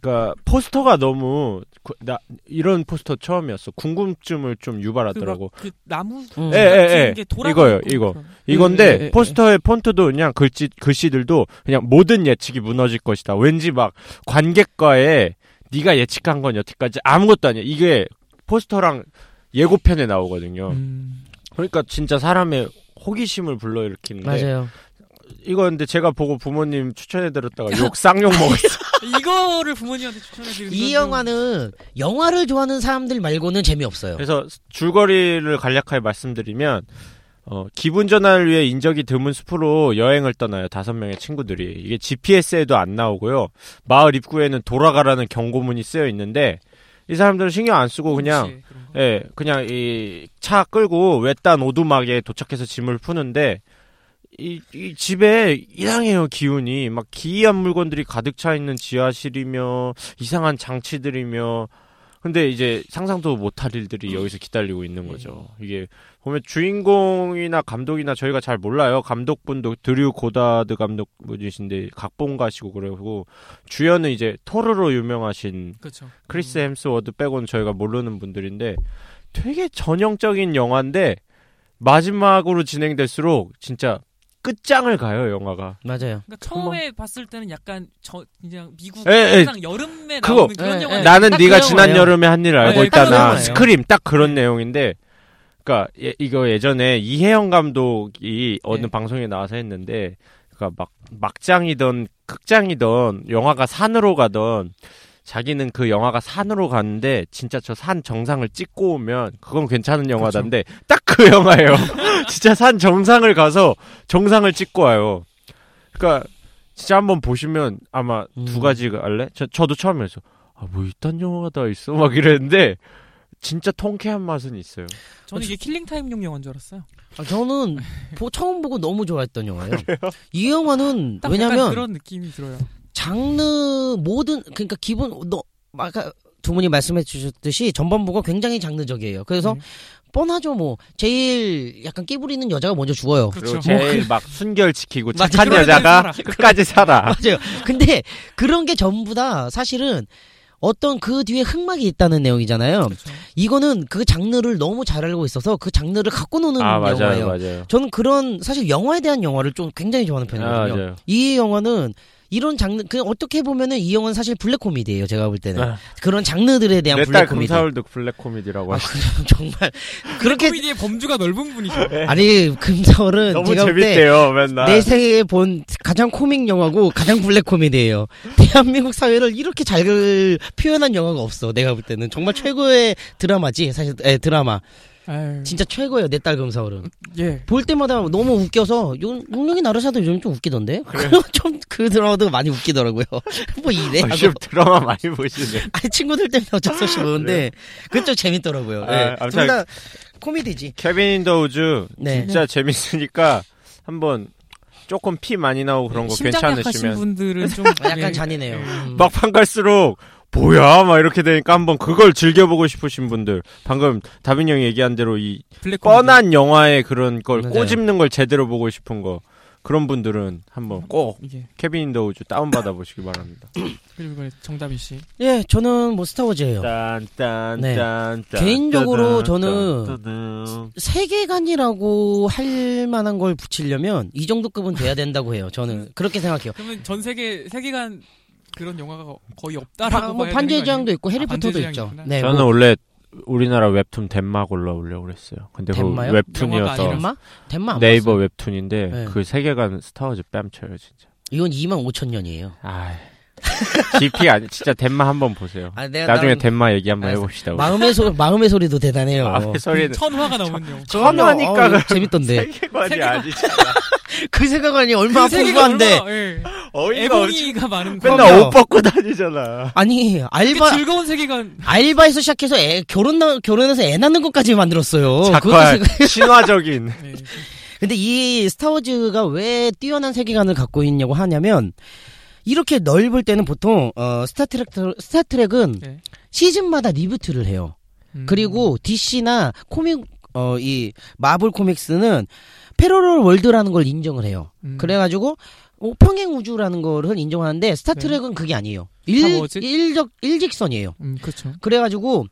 그러니까 포스터가 너무 구- 나 이런 포스터 처음이었어. 궁금증을 좀 유발하더라고. 그막 그 나무 음. 같은 예, 예, 예. 게 돌아. 이거요, 이거. 이건데 예, 예, 예. 포스터의 폰트도 그냥 글씨 글씨들도 그냥 모든 예측이 무너질 것이다. 왠지 막 관객과의 네가 예측한 건 여태까지 아무것도 아니야. 이게 포스터랑 예고편에 나오거든요. 음. 그러니까 진짜 사람의 호기심을 불러일으키는데 맞아요. 이거 근데 제가 보고 부모님 추천해 드렸다가 욕 쌍욕 먹었어. 이거를 부모님한테 추천해 드리는 이 영화는 영화를 좋아하는 사람들 말고는 재미없어요. 그래서 줄거리를 간략하게 말씀드리면 어, 기분 전환을 위해 인적이 드문 숲으로 여행을 떠나요. 다섯 명의 친구들이. 이게 GPS에도 안 나오고요. 마을 입구에는 돌아가라는 경고문이 쓰여 있는데 이 사람들은 신경 안 쓰고 그냥 예, 그냥 이 차 끌고 외딴 오두막에 도착해서 짐을 푸는데 이, 이 집에 이상해요 기운이 막 기이한 물건들이 가득 차 있는 지하실이며 이상한 장치들이며 근데 이제 상상도 못할 일들이 여기서 기다리고 있는 거죠. 이게 보면 주인공이나 감독이나 저희가 잘 몰라요. 감독분도 드류 고다드 감독분이신데 각본가시고 그러고 주연은 이제 토르로 유명하신 그렇죠. 크리스 햄스워드 빼고는 저희가 모르는 분들인데 되게 전형적인 영화인데 마지막으로 진행될수록 진짜 끝장을 가요 영화가 맞아요. 그러니까 처음에 봤을 때는 약간 저 그냥 미국 예, 예. 항상 여름에 그거. 나오는 그런 예, 영화 예. 나... 나는 딱 네가 그 지난 영화예요. 여름에 한 일을 알고 네, 딱 그 있다나 영화예요. 스크림 딱 그런 내용인데 그러니까 예- 이거 예전에 이혜영 감독이 어느 네. 방송에 나와서 했는데 그러니까 막 막장이던 극장이던 영화가 산으로 가던 자기는 그 영화가 산으로 갔는데 진짜 저 산 정상을 찍고 오면 그건 괜찮은 영화단데 딱 그 영화예요. (laughs) 진짜 산 정상을 가서 정상을 찍고 와요. 그러니까 진짜 한번 보시면 아마 음. 두 가지가 알래? 저, 저도 처음에서 아 뭐 이딴 영화가 다 있어 막 이랬는데 진짜 통쾌한 맛은 있어요. 저는 이게 킬링 타임용 영화인 줄 알았어요. 아, 저는 보- 처음 보고 너무 좋아했던 영화예요. 이 영화는 딱 왜냐면 약간 그런 느낌이 들어요. 음. 장르 모든 그러니까 기본 너 아까 두 분이 말씀해 주셨듯이 전반부가 굉장히 장르적이에요. 그래서 네. 뻔하죠 뭐 제일 약간 끼부리는 여자가 먼저 죽어요. 그렇죠. 그리고 제일 막 순결 지키고 뭐 맞아, 착한 그런 여자가 애들 끝까지 살아. 맞아요. 근데 그런 게 전부 다 사실은 어떤 그 뒤에 흑막이 있다는 내용이잖아요. 그렇죠. 이거는 그 장르를 너무 잘 알고 있어서 그 장르를 갖고 노는 아 맞아요 영화예요. 맞아요. 저는 그런 사실 영화에 대한 영화를 좀 굉장히 좋아하는 아, 편이거든요. 맞아요. 이 영화는 이런 장르 그 어떻게 보면은 이 영화는 사실 블랙 코미디예요. 제가 볼 때는 아. 그런 장르들에 대한 네. 내딸 블랙 코미디. 금사월도 블랙 코미디라고 아, 하시. 그럼 (laughs) 정말 그렇게 코미디의 범주가 넓은 분이죠. 아니 금설은 네. 너무 제가 볼 때 내 재밌대요 맨날. (laughs) 생에 본 가장 코믹 영화고 가장 블랙 코미디예요. (laughs) 대한민국 사회를 이렇게 잘 표현한 영화가 없어. 내가 볼 때는 정말 최고의 드라마지 사실 에, 드라마 아유, 진짜 최고예요. 내 딸 금사월은 예. 볼 때마다 너무 웃겨서 요- 용룡이 나르샤도 요즘 좀 웃기던데 (laughs) 그럼 좀 그 드라마도 많이 웃기더라고요. (laughs) 뭐 이래 아, 하고 지금 드라마 많이 보시네. 아니 친구들 때문에 어쩔 수 없이 보는데 그게 좀 재밌더라고요. 아, 예. 아무튼- 둘다 코미디지. 케빈 인더 우즈 네. 진짜 재밌으니까 한번 조금 피 많이 나오고 그런 거 심장 약하신 괜찮으시면 분들은 좀 (laughs) 약간 예. 잔인해요. 음. 막판 갈수록 뭐야 막 이렇게 되니까 한번 그걸 즐겨보고 싶으신 분들 방금 다빈 형이 얘기한 대로 이 블랙 코미디. 뻔한 영화의 그런 걸 맞아요. 꼬집는 걸 제대로 보고 싶은 거 그런 분들은 한번 꼭 어, 이게 케빈 인더 우즈 다운 받아 보시기 바랍니다. 그리고 이번에 정다빈 씨. 예, 저는 뭐 스타워즈예요. 딴딴 네. 딴. 딴, 개인적으로 따단, 저는 따단, 따단. 세계관이라고 할 만한 걸 붙이려면 이 정도 급은 돼야 된다고 해요. 음. 저는 그렇게 생각해요. 그러면 전 세계 세계관 그런 영화가 거의 아, 없다라고 뭐 봐야 반지의 되는 거 아, 제왕도 있고 해리포터도 반지의 있죠. 제왕이구나. 네. 저는 뭐, 원래 우리나라 웹툰 덴막 올라오려고 그랬어요. 근데 그 덴마요? 영화가 웹툰이어서 아, 덴마? 덴마 안 네이버 봤어요. 웹툰인데 네. 그 세계관 스타워즈 뺨쳐요 진짜. 이건 2만 5천 년이에요. 아 깊이 아니 진짜 덴마 한번 보세요. 아, 내가 나중에 다른- 덴마 얘기 한번 알았어. 해봅시다. 우리. 마음의 소 마음의 소리도 대단해요. (laughs) 마음의 소리는 천화가 나오면요. 전혀, 천하니까 어우, 재밌던데 세계관이 (laughs) 세계관. 아니잖아. 그 생각하니 얼마나 그 세계가 풍부한데 얼마나, 예. 어이가 없지. 애봉이가 많은 거. 그럼요. 맨날 옷 벗고 다니잖아. 아니 이렇게 알바 즐거운 세계관. 알바에서 시작해서 애, 결혼 나, 결혼해서 애 낳는 것까지 만들었어요. 그것도 작화 생각- (laughs) 신화적인. 네. 근데 이 스타워즈가 왜 뛰어난 세계관을 갖고 있냐고 하냐면 이렇게 넓을 때는 보통 어, 스타트랙 스타트랙은 네. 시즌마다 리부트를 해요. 음. 그리고 DC나 코믹 어 이 마블 코믹스는 패러럴 월드라는 걸 인정을 해요. 음. 그래가지고 어, 평행 우주라는 거를 인정하는데 스타트랙은 그게 아니에요. 일, 네. 스타워즈? 일적 일직선이에요. 음, 그렇죠. 그래가지고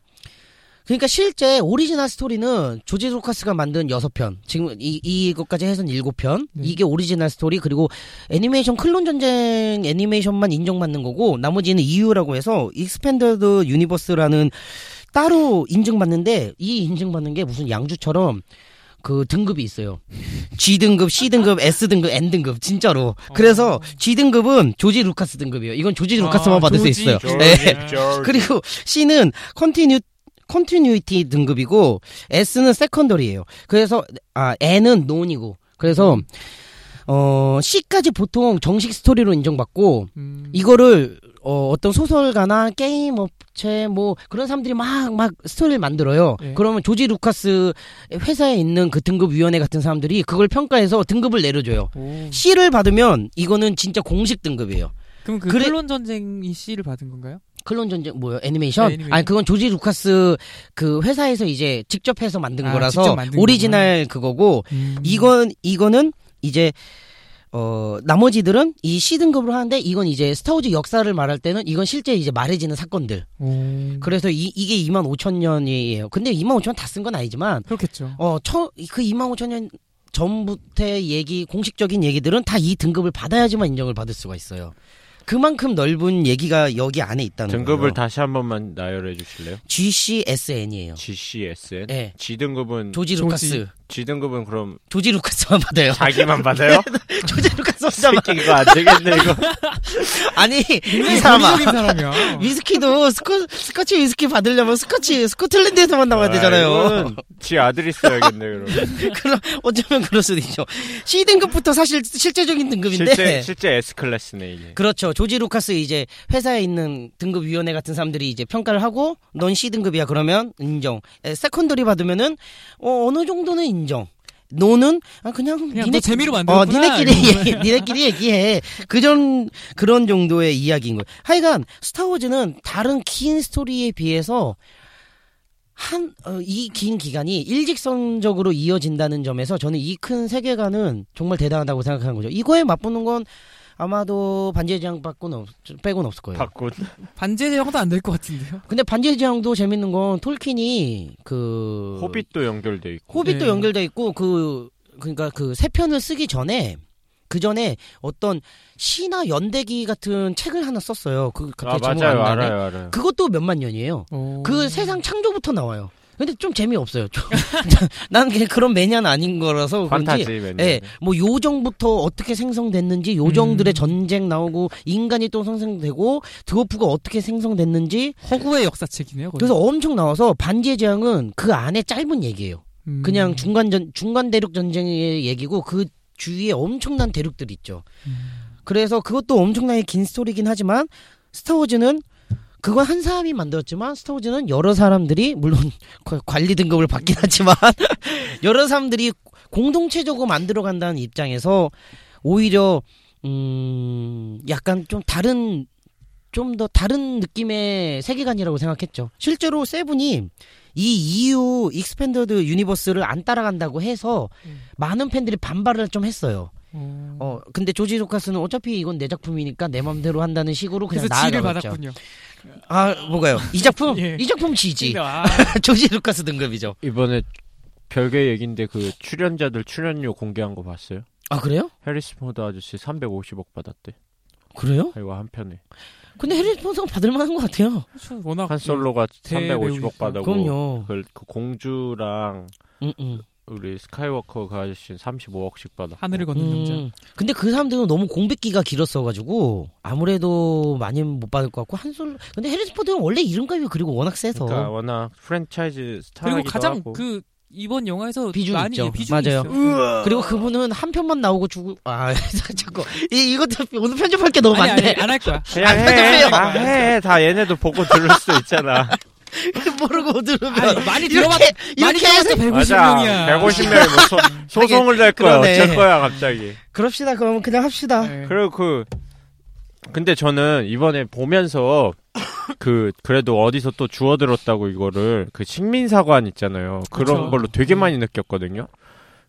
그러니까 실제 오리지널 스토리는 조지 루카스가 만든 여섯 편 지금 이 이것까지 해서는 일곱 편 네. 이게 오리지널 스토리 그리고 애니메이션 클론 전쟁 애니메이션만 인정받는 거고 나머지는 EU라고 해서 익스펜더드 유니버스라는 따로 인증받는데 이 인증받는 게 무슨 양주처럼 그 등급이 (laughs) 있어요. G 등급, C 등급, S 등급, N 등급 진짜로. 어. 그래서 G 등급은 조지 루카스 등급이에요. 이건 조지 루카스만 아, 받을 조지. 수 있어요. 조지. 네. 음. 조지. 그리고 C는 컨티뉴 컨티뉴이티 등급이고 S는 세컨더리예요. 그래서 아 N은 논이고 그래서 음. 어 C까지 보통 정식 스토리로 인정받고 음. 이거를 어, 어떤 소설가나 게임 업체 뭐 그런 사람들이 막 막 스토리를 만들어요. 예. 그러면 조지 루카스 회사에 있는 그 등급 위원회 같은 사람들이 그걸 평가해서 등급을 내려줘요. 오. C를 받으면 이거는 진짜 공식 등급이에요. 그럼 그 그래- 클론 전쟁이 C를 받은 건가요? 클론 전쟁 뭐요? 애니메이션? 네, 애니메이션. 아니 그건 조지 루카스 그 회사에서 이제 직접 해서 만든 아, 거라서 직접 만든 음. 오리지널 그거고 이건 이거는 이제 어 나머지들은 이 C 등급으로 하는데 이건 이제 스타워즈 역사를 말할 때는 이건 실제 이제 말해지는 사건들. 음. 오. 그래서 이 이게 2만 5천 년이에요. 근데 2만 5천 다 쓴 건 아니지만 그렇겠죠. 어처그 2만 5천 년 전부터 얘기 공식적인 얘기들은 다 이 등급을 받아야지만 인정을 받을 수가 있어요. 그만큼 넓은 얘기가 여기 안에 있다는 등급을 거예요. 다시 한 번만 나열해 주실래요? GCSN이에요. GCSN. 네. G 등급은 조지 조지. 루카스. G 등급은 그럼 조지 루카스만 받아요. 자기만 (laughs) 받아요? 조지 루카스 혼자만. 새끼 이거 안 되겠네 이거. (laughs) 아니 이 굉장히 사람아. 권위적인 사람이야. 위스키도 스코, 스코치 위스키 받으려면 스코치 스코틀랜드에서만 (laughs) 나와야 아, 되잖아요. 이거는 지 아들이 써야겠네 그럼. (laughs) 그럼 어쩌면 그럴 수도 있죠. C 등급부터 사실 실제적인 등급인데. 실제 실제 S 클래스네 예. 이게. 그렇죠. 조지 루카스 이제 회사에 있는 등급 위원회 같은 사람들이 이제 평가를 하고 넌 C 등급이야 그러면 인정. 에, 세컨더리 받으면은 어, 어느 정도는 인정. 너는 아 그냥, 그냥 너 재미로 어, 만들었구나. 니네끼리 얘기, 니네끼리 얘기해. 그전 그런 정도의 이야기인 거예요. 하여간 스타워즈는 다른 긴 스토리에 비해서 한 어, 이 긴 기간이 일직선적으로 이어진다는 점에서 저는 이 큰 세계관은 정말 대단하다고 생각하는 거죠. 이거에 맞붙는 건 아마도 반지의 제왕 밖고는 없- 빼고는 없을 거예요. 바꾼. 반지의 제왕도 안 될 것 같은데요. 근데 반지의 제왕도 재밌는 건 톨킨이 그 호빗도 연결돼 있고. 호빗도 네. 연결돼 있고 그 그러니까 그 세 편을 쓰기 전에 그 전에 어떤 시나 연대기 같은 책을 하나 썼어요. 그 아 갑자기 제목 맞아요 안 나네. 알아요 알아요. 그것도 몇만 년이에요. 오. 그 세상 창조부터 나와요. 근데 좀 재미없어요. 좀. (laughs) 난 그냥 그런 매니아는 아닌 거라서 판타지 네. 그런지. 맨날. 예, 뭐 요정부터 어떻게 생성됐는지 요정들의 음. 전쟁 나오고 인간이 또 생성되고 드워프가 어떻게 생성됐는지 허구의 역사책이네요. 거의. 그래서 엄청 나와서 반지의 제왕은 그 안에 짧은 얘기예요. 음. 그냥 중간 전 중간 대륙 전쟁의 얘기고 그 주위에 엄청난 대륙들이 있죠. 음. 그래서 그것도 엄청나게 긴 스토리긴 하지만 스타워즈는 그건 한 사람이 만들었지만 스타워즈는 여러 사람들이 물론 (laughs) 과- 관리 등급을 받긴 하지만 (laughs) 여러 사람들이 공동체적으로 만들어 간다는 입장에서 오히려 음 약간 좀 다른 좀 더 다른 느낌의 세계관이라고 생각했죠. 실제로 세븐이 이 EU 익스펜더드 유니버스를 안 따라간다고 해서 음. 많은 팬들이 반발을 좀 했어요. 어. 어 근데 조지 루카스는 어차피 이건 내 작품이니까 내 맘대로 한다는 식으로 그냥 그래서 지를 나아가겠죠. 받았군요. 아 뭐가요? 이 작품 (laughs) 예. 이 작품 지지 아, (laughs) 조지 루카스 등급이죠. 이번에 별개 얘긴데 그 출연자들 출연료 공개한 거 봤어요? 아 그래요? 해리스 포드 아저씨 350억 받았대. 그래요? 이거 한 편에. 근데 해리 포터 받을 만한 것 같아요. 그렇죠. 워낙 한 솔로가 대배우니까. 350억 받았고. 그럼요. 그, 그 공주랑 음, 음. 우리 스카이워커 그 아저씨는 35억씩 받아. 하늘을 걷는 남자. 음, 근데 그 사람들은 너무 공백기가 길었어가지고 아무래도 많이 못 받을 것 같고 한솔 근데 해리스포드는 원래 이름값이 그리고 워낙 세서 그러니까 워낙 프랜차이즈 스타이기도 그리고 가장 하고. 그 이번 영화에서 비중 많이 있죠. 예, 비중이 맞아요. 있어요. 그리고 그분은 한 편만 나오고 죽을 아 (laughs) 자꾸 이 이것도 오늘 편집할 게 너무 아니 많네. 아니 안 할 거야. 그냥 안 해. 해요. 다 해. 다 얘네도 보고 들을 수 (laughs) 있잖아. (laughs) 모르고 들으면 아니 많이 들어봤 이렇게 많이 이렇게 해서 들어봤어 150명이야. 150명이 뭐 소, 소송을 낼 거야. 그러네. 어쩔 거야 갑자기. 그럽시다. 그럼 그냥 아, 합시다. 네. 그리고 그 근데 저는 이번에 보면서 그 그래도 어디서 또 주워들었다고 이거를 그 식민사관 있잖아요. 그런 그쵸. 걸로 되게 많이 느꼈거든요.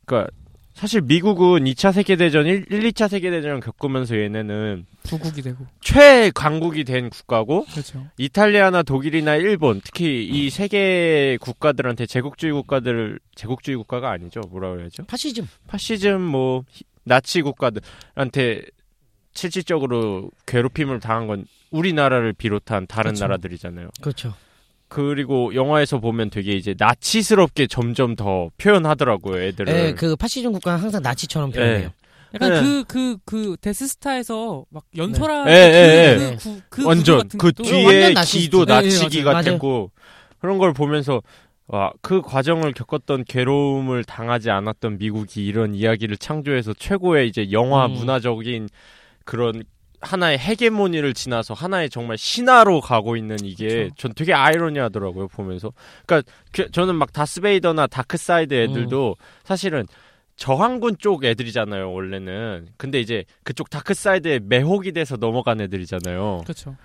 그러니까 사실 미국은 2차 세계 대전 1, 2차 세계 대전을 겪으면서 얘네는 부국이 되고 최강국이 된 국가고 그렇죠. 이탈리아나 독일이나 일본 특히 이 세계 국가들한테 제국주의 국가들 제국주의 국가가 아니죠 뭐라 그래야죠 파시즘. 파시즘 뭐 히- 나치 국가들한테 실질적으로 괴롭힘을 당한 건 우리나라를 비롯한 다른 그쵸. 나라들이잖아요 그렇죠. 그리고 영화에서 보면 되게 이제 나치스럽게 점점 더 표현하더라고요 애들을 예, 그 파시즘 국가는 항상 나치처럼 표현해요. 네. 약간 그 그 그 데스스타에서 막 연설하는 네. 예, 예, 예. 그, 그, 그 완전 구조 같은 그 것도 뒤에 완전 나치스트. 기도 네, 네, 나치기 맞아요. 같았고 그런 걸 보면서 와 그 과정을 겪었던 괴로움을 당하지 않았던 미국이 이런 이야기를 창조해서 최고의 이제 영화 음. 문화적인 그런 하나의 헤게모니를 지나서 하나의 정말 신화로 가고 있는 이게 그쵸. 전 되게 아이러니하더라고요 보면서 그러니까 그- 저는 막 다스베이더나 다크사이드 애들도 사실은 저항군 쪽 애들이잖아요 원래는 근데 이제 그쪽 다크사이드에 매혹이 돼서 넘어간 애들이잖아요 그렇죠.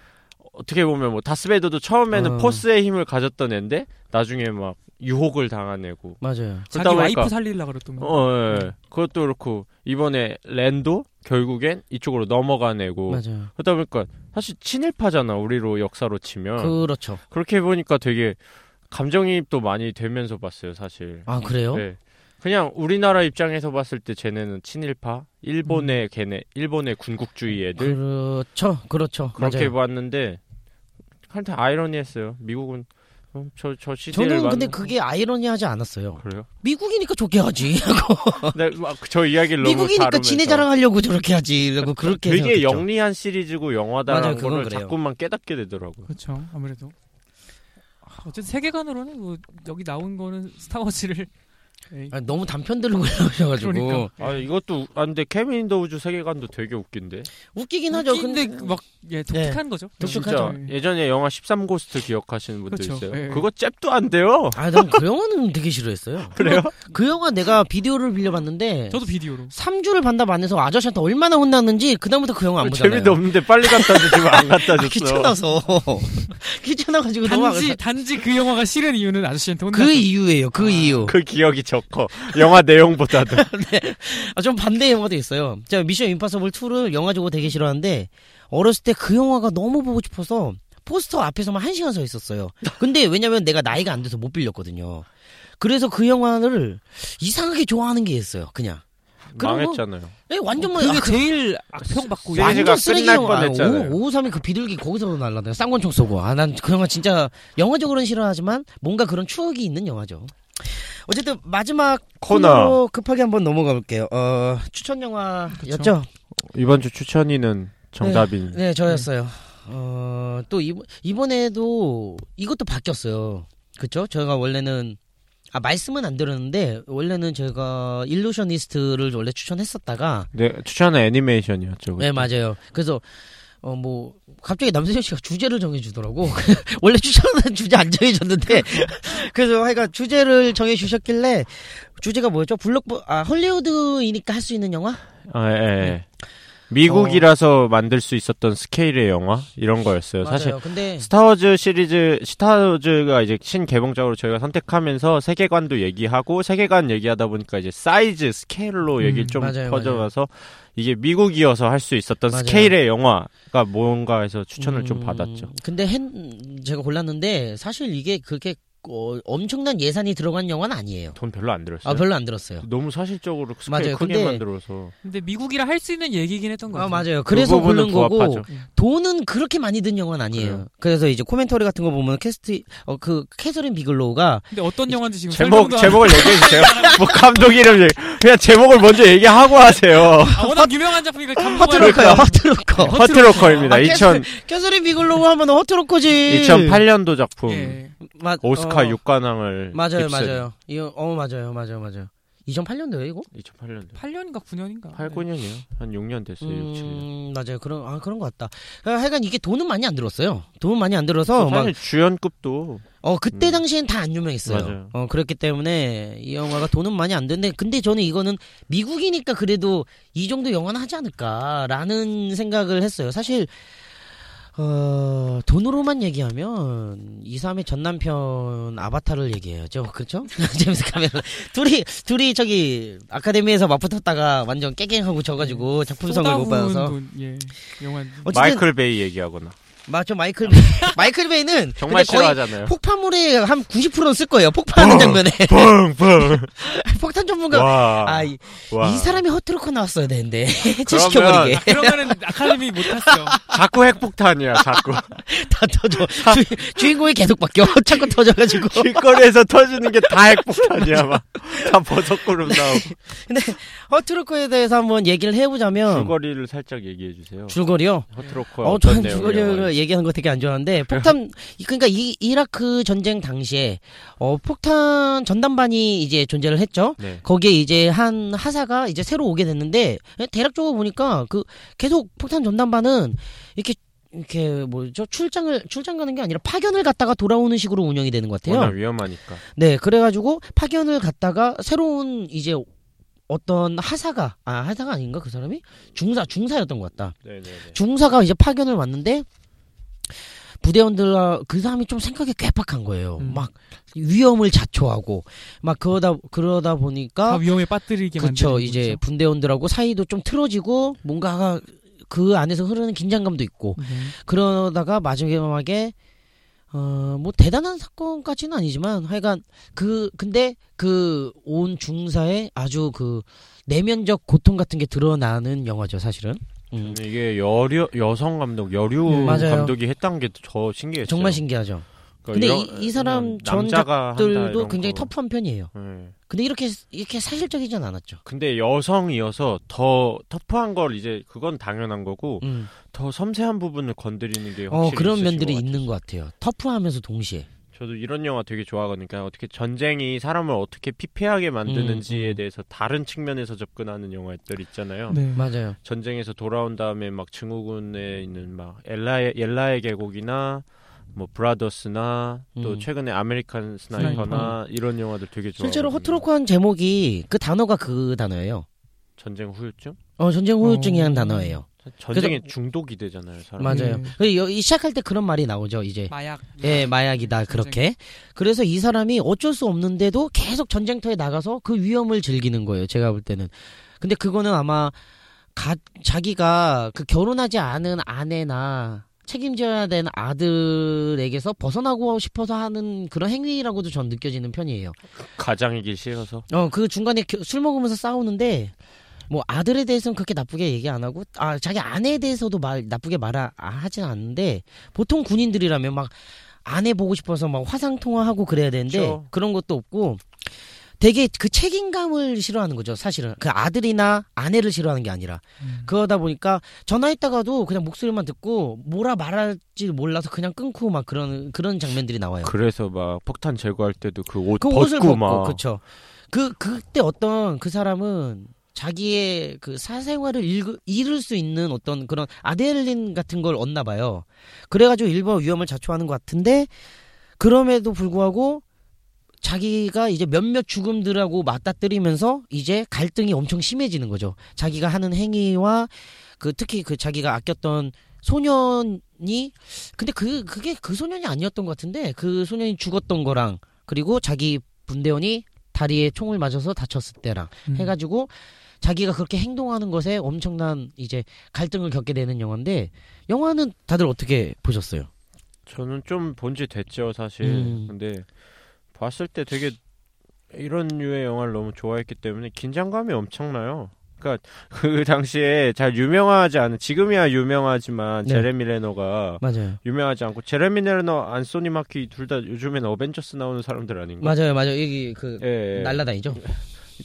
어떻게 보면 뭐 다스베이더도 처음에는 어. 포스의 힘을 가졌던 애인데 나중에 막 유혹을 당하네고 맞아요. 자기 그러다 보니까- 와이프 살리려 그랬던 거. 네. 어 예. 음. 그것도 그렇고 이번에 랜도 결국엔 이쪽으로 넘어간 애고 맞아요. 그러다 보니까 사실 친일파잖아 우리로 역사로 치면 그렇죠. 그... 렇게 보니까 되게 감정이입도 많이 되면서 봤어요 사실 아, 그래요? 네. 그냥 우리나라 입장에서 봤을 때 쟤네는 친일파 일본의 걔네 일본의 군국주의 애들 그렇죠. 그렇죠. 그렇게 뭐 맞아요. 봤는데 한테 아이러니했어요. 미국은 음, 저저 저 시대를 저는 근데 맞는- 그게 아이러니하지 않았어요. 그래요? 미국이니까 좋게 하지. (laughs) 네, 막저 이야기를 너무 미국이니까 그 지네 다루면서 자랑하려고 저렇게 하지. 라고 그렇게 되게 생각했죠. 영리한 시리즈고 영화다라는 맞아요, 그건 거를 그래요. 자꾸만 깨닫게 되더라고요. 그렇죠. 아무래도 아, 어쨌든 세계관으로는 뭐 여기 나온 거는 (laughs) 스타워즈를 네. 에이, 아, 너무 단편 들고 그러셔가지고 그러니까. 아 이것도 아 근데 케빈 인더 우주 세계관도 되게 웃긴데 웃기긴 하죠. 근데 웃긴데 막예 독특한 거죠. 독특하죠. 진짜 예전에 영화 13 고스트 기억하시는 분들 그렇죠. 있어요. 예. 그거 잽도 안 돼요. 아, 난 그 영화는 되게 싫어했어요. (laughs) 그래요? 그 영화 내가 비디오를 빌려봤는데 저도 비디오로. 3주를 반납 안 해서 아저씨한테 얼마나 혼났는지 그다음부터 그 영화 안 보잖아요. 재미도 없는데 빨리 갖다 주지면 안 갖다 아, 줬어. 귀찮아서 (laughs) 귀찮아가지고 너무 안 단지 단지 그 영화가 싫은 이유는 아저씨한테 혼나. 그 이유예요. 그 이유. 그 기억이 적어 영화 내용보다도 아, 좀 반대 영화도 있어요. 제가 미션 임파서블 2를 영화적으로 되게 싫어하는데 어렸을 때 그 영화가 너무 보고 싶어서 포스터 앞에서만 한 시간 서 있었어요. 근데 왜냐면 내가 나이가 안 돼서 못 빌렸거든요. 그래서 그 영화를 이상하게 좋아하는 게 있어요. 그냥. 그런 거- 망했잖아요. 예, 완전 어, 뭐 그게 그러니까 아, 그- 제일 악평 받고 세계관- 완전 시리즈가 쓰레기 끝날 영화. 뻔했잖아요. 553이 그 비둘기 거기서 날라다요. 쌍권총 쏘고. 아, 난 그 영화 진짜 영화적으로는 싫어하지만 뭔가 그런 추억이 있는 영화죠. 어쨌든 마지막 코너 코너로 급하게 한번 넘어가 볼게요. 어, 추천 영화였죠? 이번 주 추천이는 정답인 네, 저였어요. 어, 또 이번, 이번에도 이것도 바뀌었어요. 그쵸? 저희가 원래는, 아, 말씀은 안 드렸는데, 원래는 제가 일루셔니스트를 원래 추천했었다가, 네, 추천은 애니메이션이었죠. 네, 맞아요. 그래서, 어, 뭐, 갑자기 남세현 씨가 주제를 정해주더라고. (laughs) 원래 추천은 주제 안 정해줬는데, (laughs) 그래서 하여간 주제를 정해주셨길래, 주제가 뭐였죠? 블록버, 아, 헐리우드이니까 할 수 있는 영화? 아, 예, 예. 네. 미국이라서 만들 수 있었던 스케일의 영화 이런 거였어요. 사실 맞아요. 네. 근데, 스타워즈 시리즈 스타워즈가 이제 신개봉작으로 저희가 선택하면서 세계관도 얘기하고 세계관 얘기하다 보니까 이제 사이즈 스케일로 음, 얘기를 좀 맞아요, 퍼져가서 이게 미국이어서 할 수 있었던 맞아요. 스케일의 영화가 뭔가 해서 추천을 좀 음, 받았죠. 근데 핸- 제가 골랐는데 사실 이게 그렇게 어, 엄청난 예산이 들어간 영화는 아니에요. 돈 별로 안 들었어요. 아 별로 안 들었어요. 너무 사실적으로 스케일 맞아요. 크게 근데- 만들어서 근데 미국이라 할 수 있는 얘기긴 했던 것 아 같아요. 예. 맞아요. 그 그래서 부분은 고른 거고 부합하죠. 돈은 그렇게 많이 든 영화는 아니에요. 그래요? 그래서 이제 코멘터리 같은 거 보면 캐스트 어 그 캐서린 비글로우가 근데 어떤 영화인지 음, 지금 제목 설명도 안- 제목을 얘기해 주세요. 뭐 감독 이름 얘기- 그냥 제목을 먼저 (laughs) 얘기하고 하세요. 아, 워낙 유명한 작품이니까 감독을 허트로커요. 허트로커. 네, 허트로커입니다. 아, 2000 캐서린 비글로우 하면 허트로커지. 2008년도 작품 예. 마- 오스카 예. 어, 6관왕을 맞아요, 맞아요. 이거 어 맞아요, 맞아요, 맞아요. 2008년도예요, 이거? 2008년도 8년인가 9년인가. 예. 8, 9년이요. 한 6년 됐어요. 6, 7년. 음, 맞아요. 그런 아 그런 것 같다. 하여간 이게 돈은 많이 안 들었어요. 돈은 많이 안 들어서 막그 사실 주연급도 어 그때 음. 당시엔 다 안 유명했어요. 맞아요. 어 그렇기 때문에 이 영화가 돈은 많이 안 드는데 근데 저는 이거는 미국이니까 그래도 이 정도 영화는 하지 않을까라는 생각을 했어요. 사실 어 돈으로만 얘기하면 이삼의 전 남편 아바타를 얘기해야죠. 그렇죠? (laughs) 제임스 카메라 둘이 둘이 저기 아카데미에서 맞붙었다가 완전 깨갱하고 음. 져가지고 작품성을 못그 받아서 예. 영화. 어쨌든 마이클 베이 얘기하거나 맞죠 마이클 베이. 마이클 베이는 (laughs) 근데 거의 정말 (laughs) 싫어하잖아요. 폭파물의 한 90%는 쓸 거예요. 폭파하는 어. 장면에 펑펑. 폭탄 전문가. 와. 아, 이, 와. 이 사람이 허트로커 나왔어야 (laughs) 되는데 (laughs) 그러면 해체시켜버리게 그러면은 아카데미 못 탔어. 자꾸 핵폭탄이야. (laughs) 자꾸 다 터져 주, 인공이 계속 바뀌어 (laughs) 자꾸 터져가지고 길거리에서 터지는 게 다 핵폭탄이야. 막다 버섯구름 나오고. 허트로커에 대해서 한번 얘기를 해보자면 줄거리를 살짝 얘기해 주세요. 줄거리. 요 허트로커 어, 어떤 저는 내용이에요? 뭐? 줄거리를 얘기하는 거 되게 안 좋아하는데 폭탄 그러니까 이 이라크 전쟁 당시에 어, 폭탄 전담반이 이제 존재를 했죠. 네. 거기에 이제 한 하사가 이제 새로 오게 됐는데 예, 대략적으로 보니까 그 계속 폭탄 전담반은 이렇게 이렇게 뭐죠 출장을 출장 가는 게 아니라 파견을 갔다가 돌아오는 식으로 운영이 되는 것 같아요. 워낙 위험하니까. 네, 그래가지고 파견을 갔다가 새로운 이제 어떤 하사가 아 하사가 아닌가 그 사람이 중사 중사였던 것 같다. 네네네. 중사가 이제 파견을 왔는데 부대원들 그 사람이 좀 생각이 괴팍한 거예요. 음. 막 위험을 자초하고 막 그러다 그러다 보니까 다 위험에 빠뜨리게 아. 만드는 그렇죠. 거죠. 이제 분대원들하고 사이도 좀 틀어지고 뭔가가 그 안에서 흐르는 긴장감도 있고 네. 그러다가 마지막에 어뭐 대단한 사건까지는 아니지만 하여간 그 근데 그 온 중사의 아주 그 내면적 고통 같은 게 드러나는 영화죠 사실은 음, 이게 여류 여성 감독 여류 네, 맞아요. 감독이 했던 게 저 신기했어요. 정말 신기하죠 근데 그러니까 이런- 이- 이 사람 이런 남자가 한다 들도 이런 굉장히 거. 터프한 편이에요 네. 근데 이렇게 이렇게 사실적이진 않았죠 근데 여성이어서 더 터프한 걸 이제 그건 당연한 거고 음. 더 섬세한 부분을 건드리는 게 확실히 어 그런 있으신 면들이 것 같아요. 있는 것 같아요 터프하면서 동시에 저도 이런 영화 되게 좋아하거든요. 그러니까 어떻게 전쟁이 사람을 어떻게 피폐하게 만드는지에 음, 음. 대해서 다른 측면에서 접근하는 영화들 있잖아요. 네. 맞아요 전쟁에서 돌아온 다음에 막 증후군에 있는 막 엘라의 엘라의 계곡이나 뭐 브라더스나 또 음. 최근에 아메리칸 스나이퍼나 이런 영화들 되게 좋아. 실제로 허트로크한 제목이 그 단어가 그 단어예요. 전쟁 후유증? 어 전쟁 후유증이라는 어. 단어예요. 음. 전쟁에 중독이 되잖아요, 사람. 맞아요. 네. 그리고 여기 시작할 때 그런 말이 나오죠. 이제 마약. 예 마약이다 그렇게. 그래서 이 사람이 어쩔 수 없는데도 계속 전쟁터에 나가서 그 위험을 즐기는 거예요. 제가 볼 때는. 근데 그거는 아마 가- 자기가 그 결혼하지 않은 아내나 책임져야 되는 아들에게서 벗어나고 싶어서 하는 그런 행위라고도 전 느껴지는 편이에요. 가장이기 싫어서. 어 그 중간에 겨- 술 먹으면서 싸우는데 뭐 아들에 대해서는 그렇게 나쁘게 얘기 안 하고 아 자기 아내에 대해서도 말 나쁘게 말 아, 하진 않는데 보통 군인들이라면 막 아내 보고 싶어서 막 화상 통화하고 그래야 되는데 그쵸. 그런 것도 없고 되게 그 책임감을 싫어하는 거죠 사실은 그 아들이나 아내를 싫어하는 게 아니라 음. 그러다 보니까 전화했다가도 그냥 목소리만 듣고 뭐라 말할지 몰라서 그냥 끊고 막 그런 그런 장면들이 네. 나와요. 그래서 막 폭탄 제거할 때도 그 옷 그 벗고 옷을 벗고 막 그쵸 그 그때 어떤 그 사람은 자기의 그 사생활을 읽, 잃을 수 있는 어떤 그런 아데렐린 같은 걸 얻나 봐요 그래가지고 일본 위험을 자초하는 것 같은데 그럼에도 불구하고 자기가 이제 몇몇 죽음들하고 맞닥뜨리면서 이제 갈등이 엄청 심해지는 거죠 자기가 하는 행위와 그 특히 그 자기가 아꼈던 소년이 근데 그 그게 그 소년이 아니었던 것 같은데 그 소년이 죽었던 거랑 그리고 자기 분대원이 다리에 총을 맞아서 다쳤을 때랑 음. 해가지고 자기가 그렇게 행동하는 것에 엄청난 이제 갈등을 겪게 되는 영화인데 영화는 다들 어떻게 보셨어요? 저는 좀 본 지 됐죠 사실. 음. 근데 봤을 때 되게 이런 류의 영화를 너무 좋아했기 때문에 긴장감이 엄청나요. 그러니까 (laughs) 그 당시에 잘 유명하지 않은 지금이야 유명하지만 네. 제레미 레너가 맞아요. 유명하지 않고 제레미 레너, 안소니 마키 둘 다 요즘엔 어벤져스 나오는 사람들 아닌가? 맞아요, 맞아요. 여기 그 예, 예. 날라다니죠.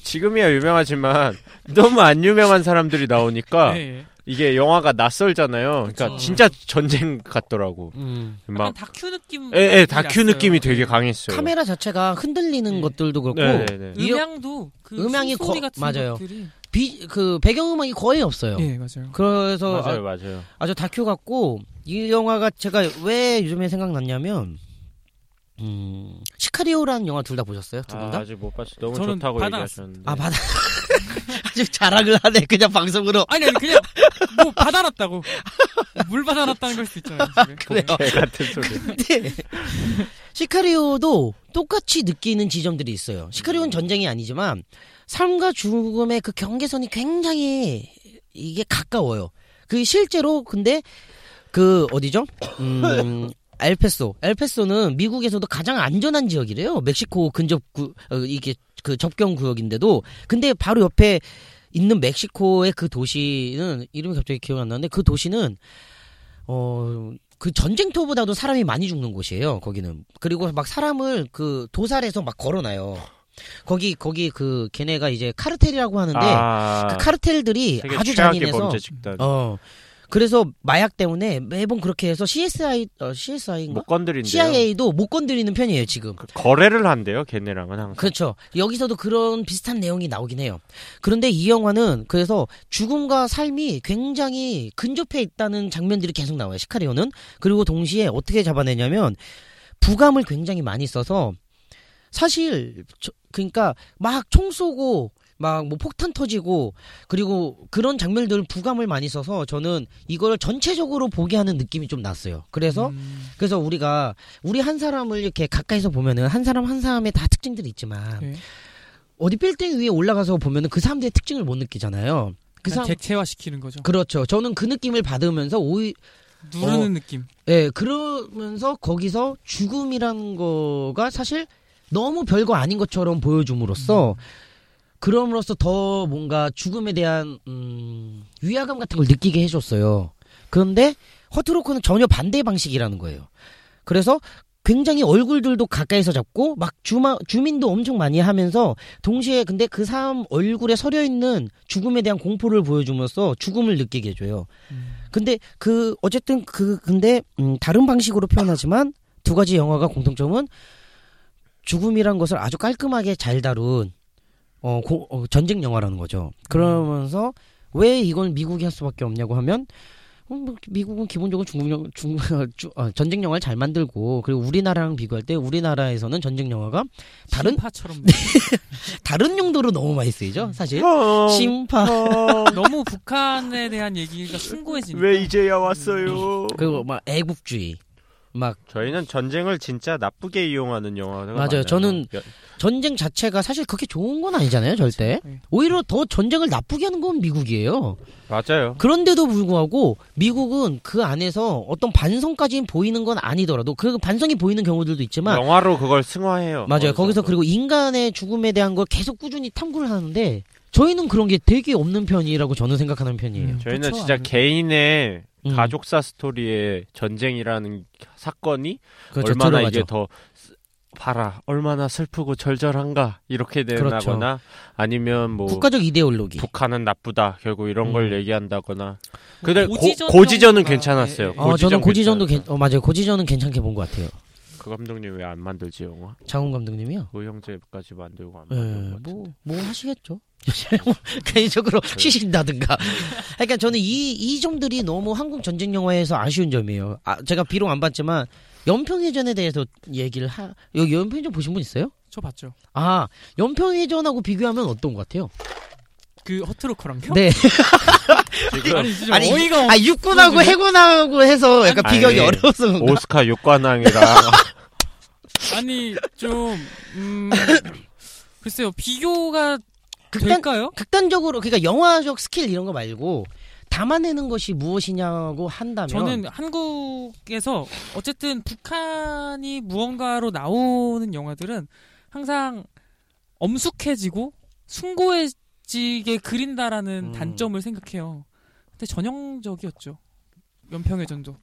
지금이야 유명하지만 (laughs) 너무 안 유명한 사람들이 나오니까 네. 예, 예. 이게 영화가 낯설잖아요. 그러니까 그쵸. 진짜 전쟁 같더라고. 음. 약간 막 다큐 느낌. 예, 예, 느낌이 다큐 났어요. 느낌이 되게 강했어요. 카메라 자체가 흔들리는 네. 것들도 그렇고 네, 네, 네. 이런- 음향도 그 음향이 음향이 거- 소리 같은 맞아요. 것들이 비, 그 배경음악이 거의 없어요. 예 맞아요. 그래서 맞아요, 맞아요. 아, 주 다큐 같고 이 영화가 제가 왜 요즘에 생각났냐면 음, 시카리오라는 영화 둘 다 보셨어요? 두 분 아, 다? 아직 못 봤어요. 너무 저는 좋다고 받아놨어요. 얘기하셨는데. 아, (laughs) 맞아. 아주 자랑을 하네. 그냥 방송으로. 아니 아니 그냥 뭐 받아놨다고 물 받아놨다는 걸 수 있잖아요. 집에. 그래요. 개 같은 소리. 네. 시카리오도 똑같이 느끼는 지점들이 있어요. 시카리오는 전쟁이 아니지만 삶과 죽음의 그 경계선이 굉장히 이게 가까워요. 그 실제로 근데 그 어디죠? 음, 엘페소. 엘페소는 미국에서도 가장 안전한 지역이래요. 멕시코 근접 구 어, 이게 그 접경 구역인데도 근데 바로 옆에 있는 멕시코의 그 도시는 이름이 갑자기 기억 안 나는데 그 도시는 어, 그 전쟁터보다도 사람이 많이 죽는 곳이에요. 거기는 그리고 막 사람을 그 도살해서 막 걸어놔요. 거기 거기 그 걔네가 이제 카르텔이라고 하는데 아, 그 카르텔들이 되게 아주 최악의 잔인해서 범죄 집단. 어 그래서 마약 때문에 매번 그렇게 해서 CSI 어, CSI인가 못 건드린대요. CIA도 못 건드리는 편이에요 지금. 그 거래를 한대요, 걔네랑은 항상. 그렇죠. 여기서도 그런 비슷한 내용이 나오긴 해요. 그런데 이 영화는 그래서 죽음과 삶이 굉장히 근접해 있다는 장면들이 계속 나와요. 시카리오는 그리고 동시에 어떻게 잡아내냐면 부감을 굉장히 많이 써서 사실 저- 그러니까 막 총 쏘고 막 뭐 폭탄 터지고 그리고 그런 장면들 부감을 많이 써서 저는 이걸 전체적으로 보게 하는 느낌이 좀 났어요. 그래서 음, 그래서 우리가 우리 한 사람을 이렇게 가까이서 보면은 한 사람 한 사람의 다 특징들이 있지만 네. 어디 빌딩 위에 올라가서 보면은 그 사람들의 특징을 못 느끼잖아요. 그 사람 객체화 시키는 거죠. 그렇죠. 저는 그 느낌을 받으면서 오이 누르는 어. 느낌. 예 그러면서 거기서 죽음이라는 거가 사실 너무 별거 아닌 것처럼 보여줌으로써 그럼으로써 더 뭔가 죽음에 대한 음, 위화감 같은 걸 느끼게 해줬어요. 그런데 허트로크는 전혀 반대 방식이라는 거예요. 그래서 굉장히 얼굴들도 가까이서 잡고 막 주마, 주민도 엄청 많이 하면서 동시에 근데 그 사람 얼굴에 서려 있는 죽음에 대한 공포를 보여주면서 죽음을 느끼게 해줘요. 음. 근데 그 어쨌든 그 근데 음, 다른 방식으로 표현하지만 두 가지 영화가 공통점은 죽음이란 것을 아주 깔끔하게 잘 다룬 어, 고- 어, 전쟁 영화라는 거죠. 그러면서 왜 이걸 미국이 할 수밖에 없냐고 하면 음, 뭐 미국은 기본적으로 중국 영, 중, 주- 어, 전쟁 영화를 잘 만들고 그리고 우리나라랑 비교할 때 우리나라에서는 전쟁 영화가 다른 네. 파처럼 다른 용도로 너무 많이 쓰이죠. 사실 어, 심파 어, 너무 북한에 대한 얘기가 숭고해지니까. 왜 이제야 왔어요? 그리고 막 애국주의 막 저희는 전쟁을 진짜 나쁘게 이용하는 영화가 맞아요. 많아요. 저는 여- 전쟁 자체가 사실 그렇게 좋은 건 아니잖아요, 절대. 네. 오히려 더 전쟁을 나쁘게 하는 건 미국이에요. 맞아요. 그런데도 불구하고 미국은 그 안에서 어떤 반성까지는 보이는 건 아니더라도 그 반성이 보이는 경우들도 있지만 영화로 어, 네. 그걸 승화해요. 맞아요. 거기서 그리고 인간의 죽음에 대한 걸 계속 꾸준히 탐구를 하는데 저희는 그런 게 되게 없는 편이라고 저는 생각하는 편이에요. 음. 저희는 그쵸, 진짜 아무래도. 개인의 음. 가족사 스토리의 전쟁이라는 사건이 그렇죠. 얼마나 들어가죠. 이게 더 쓰- 봐라 얼마나 슬프고 절절한가 이렇게 되나거나 그렇죠. 아니면 뭐 국가적 이데올로기. 북한은 나쁘다 결국 이런 음. 걸 얘기한다거나 근데 고- 고지전 고지전은 정도가- 괜찮았어요. 예, 예. 어, 저는 고지전 고지전도 괜, 괜찮았어요. 어, 맞아요. 고지전은 괜찮게 본 것 같아요. 그 감독님 왜 안 만들지 영화? 장훈 감독님이요. 그 형제까지 만들고 안 만들고 예뭐뭐 (laughs) 하시겠죠. 뭐 네. 개인적으로 쉬신다든가. 그러니까 저는 이 이 점들이 너무 한국 전쟁 영화에서 아쉬운 점이에요. 아, 제가 비록 안 봤지만 연평해전에 대해서 얘기를 하 여기 연평해전 보신 분 있어요? 저 봤죠. 아 연평해전하고 비교하면 어떤 것 같아요? 그 허트로커랑요? 네. 지금 아니 진짜 아니, 어이가 없. 아 육군하고 해군하고 해서 약간 아니, 비교하기 어려워서 그런가? 오스카 (laughs) 육관왕이랑 아, 아니 좀 (laughs) 음. 글쎄요 비교가 극단 될까요? 그- 극단적으로 그러니까 영화적 스킬 이런 거 말고 담아내는 것이 무엇이냐고 한다면 저는 한국에서 어쨌든 북한이 무언가로 나오는 영화들은 항상 엄숙해지고 숭고해지게 그린다라는 음. 단점을 생각해요. 근데 전형적이었죠. 연평해전도.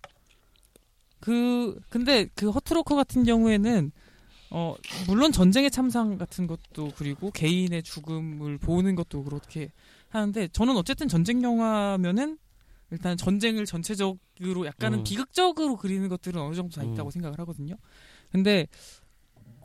그 근데 그 허트로커 같은 경우에는 어 물론 전쟁의 참상 같은 것도 그리고 개인의 죽음을 보는 것도 그렇게 하는데 저는 어쨌든 전쟁 영화면은 일단 전쟁을 전체적으로 약간은 음. 비극적으로 그리는 것들은 어느 정도 다 음. 있다고 생각을 하거든요. 근데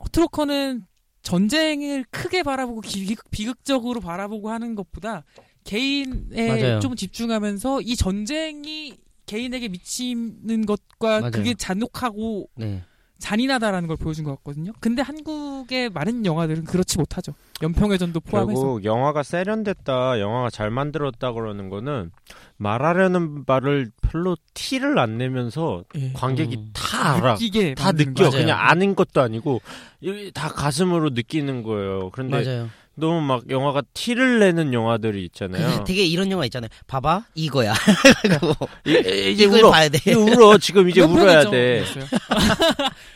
허트로커는 전쟁을 크게 바라보고 기- 비극적으로 바라보고 하는 것보다 개인에 맞아요. 좀 집중하면서 이 전쟁이 개인에게 미치는 것과 맞아요. 그게 잔혹하고 네. 잔인하다라는 걸 보여준 것 같거든요. 근데 한국의 많은 영화들은 그렇지 못하죠. 연평해전도 포함해서. 결국 영화가 세련됐다, 영화가 잘 만들었다 그러는 거는 말하려는 말을 별로 티를 안 내면서 예. 관객이 음. 다 알아. 느끼게 다 만드는 느껴. 거죠. 맞아요. 그냥 아는 것도 아니고 이- 다 가슴으로 느끼는 거예요. 그런데 맞아요. 너무 막 영화가 티를 내는 영화들이 있잖아요. 그 되게 이런 영화 있잖아요. 봐봐 (laughs) 이거야. (laughs) 그리고 이- 이제 이걸 울어. 봐야 네. 돼. 이제 울어. 지금 (laughs) 이제 몇 울어야 편이죠? 돼. 있어요.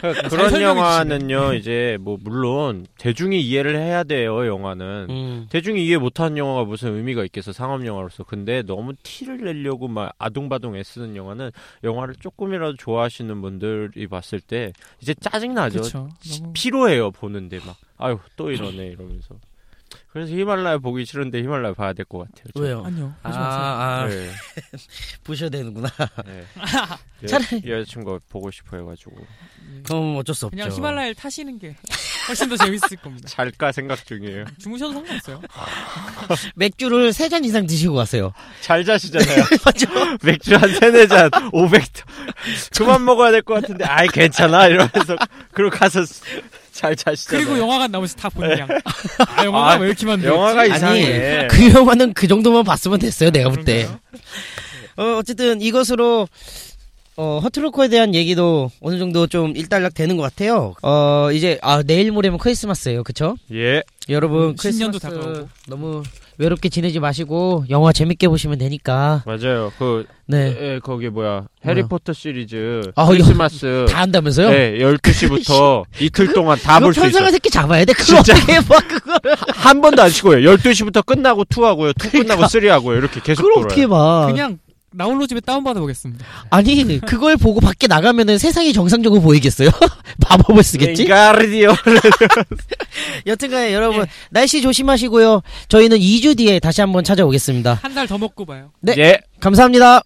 그- 잘 그런 설명해 영화는요. 네. 이제 뭐 물론 대중이 이해를 해야 돼요. 영화는. 음. 대중이 이해 못하는 영화가 무슨 의미가 있겠어 상업 영화로서 근데 너무 티를 내려고 막 아둥바둥 애쓰는 영화는 영화를 조금이라도 좋아하시는 분들이 봤을 때 이제 짜증 나죠 그렇죠. 너무 피로해요 보는데 막 아유 또 이러네 이러면서 그래서 히말라야 보기 싫은데 히말라야 봐야 될 것 같아요 저는. 왜요? 그렇죠. 아니요. 아, 하지 마세요. 아, 네, 보셔야 되는구나. 네. (laughs) 차라리- 여, 여자친구가 보고 싶어 해가지고 예. (laughs) 그럼 어쩔 수 없죠. 그냥 히말라야를 타시는 게 훨씬 더 재밌을 겁니다. 잘까 생각 중이에요 주무셔도 (laughs) 상관없어요. 맥주를 세 잔 이상 드시고 가세요. (laughs) 잘 자시잖아요 맥주 한 세네 잔 500. 그만 먹어야 될 것 같은데, 아이, 괜찮아. 이러면서, 그리고 가서 스- 잘 자시잖아요. 그리고 영화관 나머지 다 보는 (laughs) 양. 아, 영화가 아, 왜 이렇게 만들었지? 영화가 아니, 이상해. 그 영화는 그 정도만 봤으면 됐어요. 내가 볼 때. 그런가요? 어, 어쨌든 이것으로 어, 허트로커에 대한 얘기도 어느 정도 좀 일단락 되는 것 같아요. 어, 이제 아 내일 모레면 크리스마스예요, 그쵸? 예. 여러분 음, 크리스마스 신년도 다가오고. 너무 외롭게 지내지 마시고 영화 재밌게 보시면 되니까. 맞아요. 그, 네. 예, 거기 뭐야. 해리포터 시리즈. 아, 이거 크리스마스. 다 한다면서요? 어. (laughs) 네, 12시부터 이틀 동안 다 이거 볼 수그 있어. 편상한 새끼 잡아야 돼. 그거 진짜. 어떻게 해봐 그걸? 한 번도 안 쉬고요. 12시부터 끝나고 2 하고요. 2 끝나고 3 하고요. 이렇게 계속 그러니까 그걸 어떻게 돌아요. 봐? 그냥 나홀로 집에 다운받아 보겠습니다. 아니 그걸 보고 밖에 나가면은 세상이 정상적으로 보이겠어요? (laughs) 마법을 쓰겠지? 네, 그러니까. 엥가르디오. 여튼간에 여러분 날씨 조심하시고요. 저희는 2주 뒤에 다시 한번 찾아오겠습니다. 한 달 더 먹고 봐요. 네. 예. 감사합니다.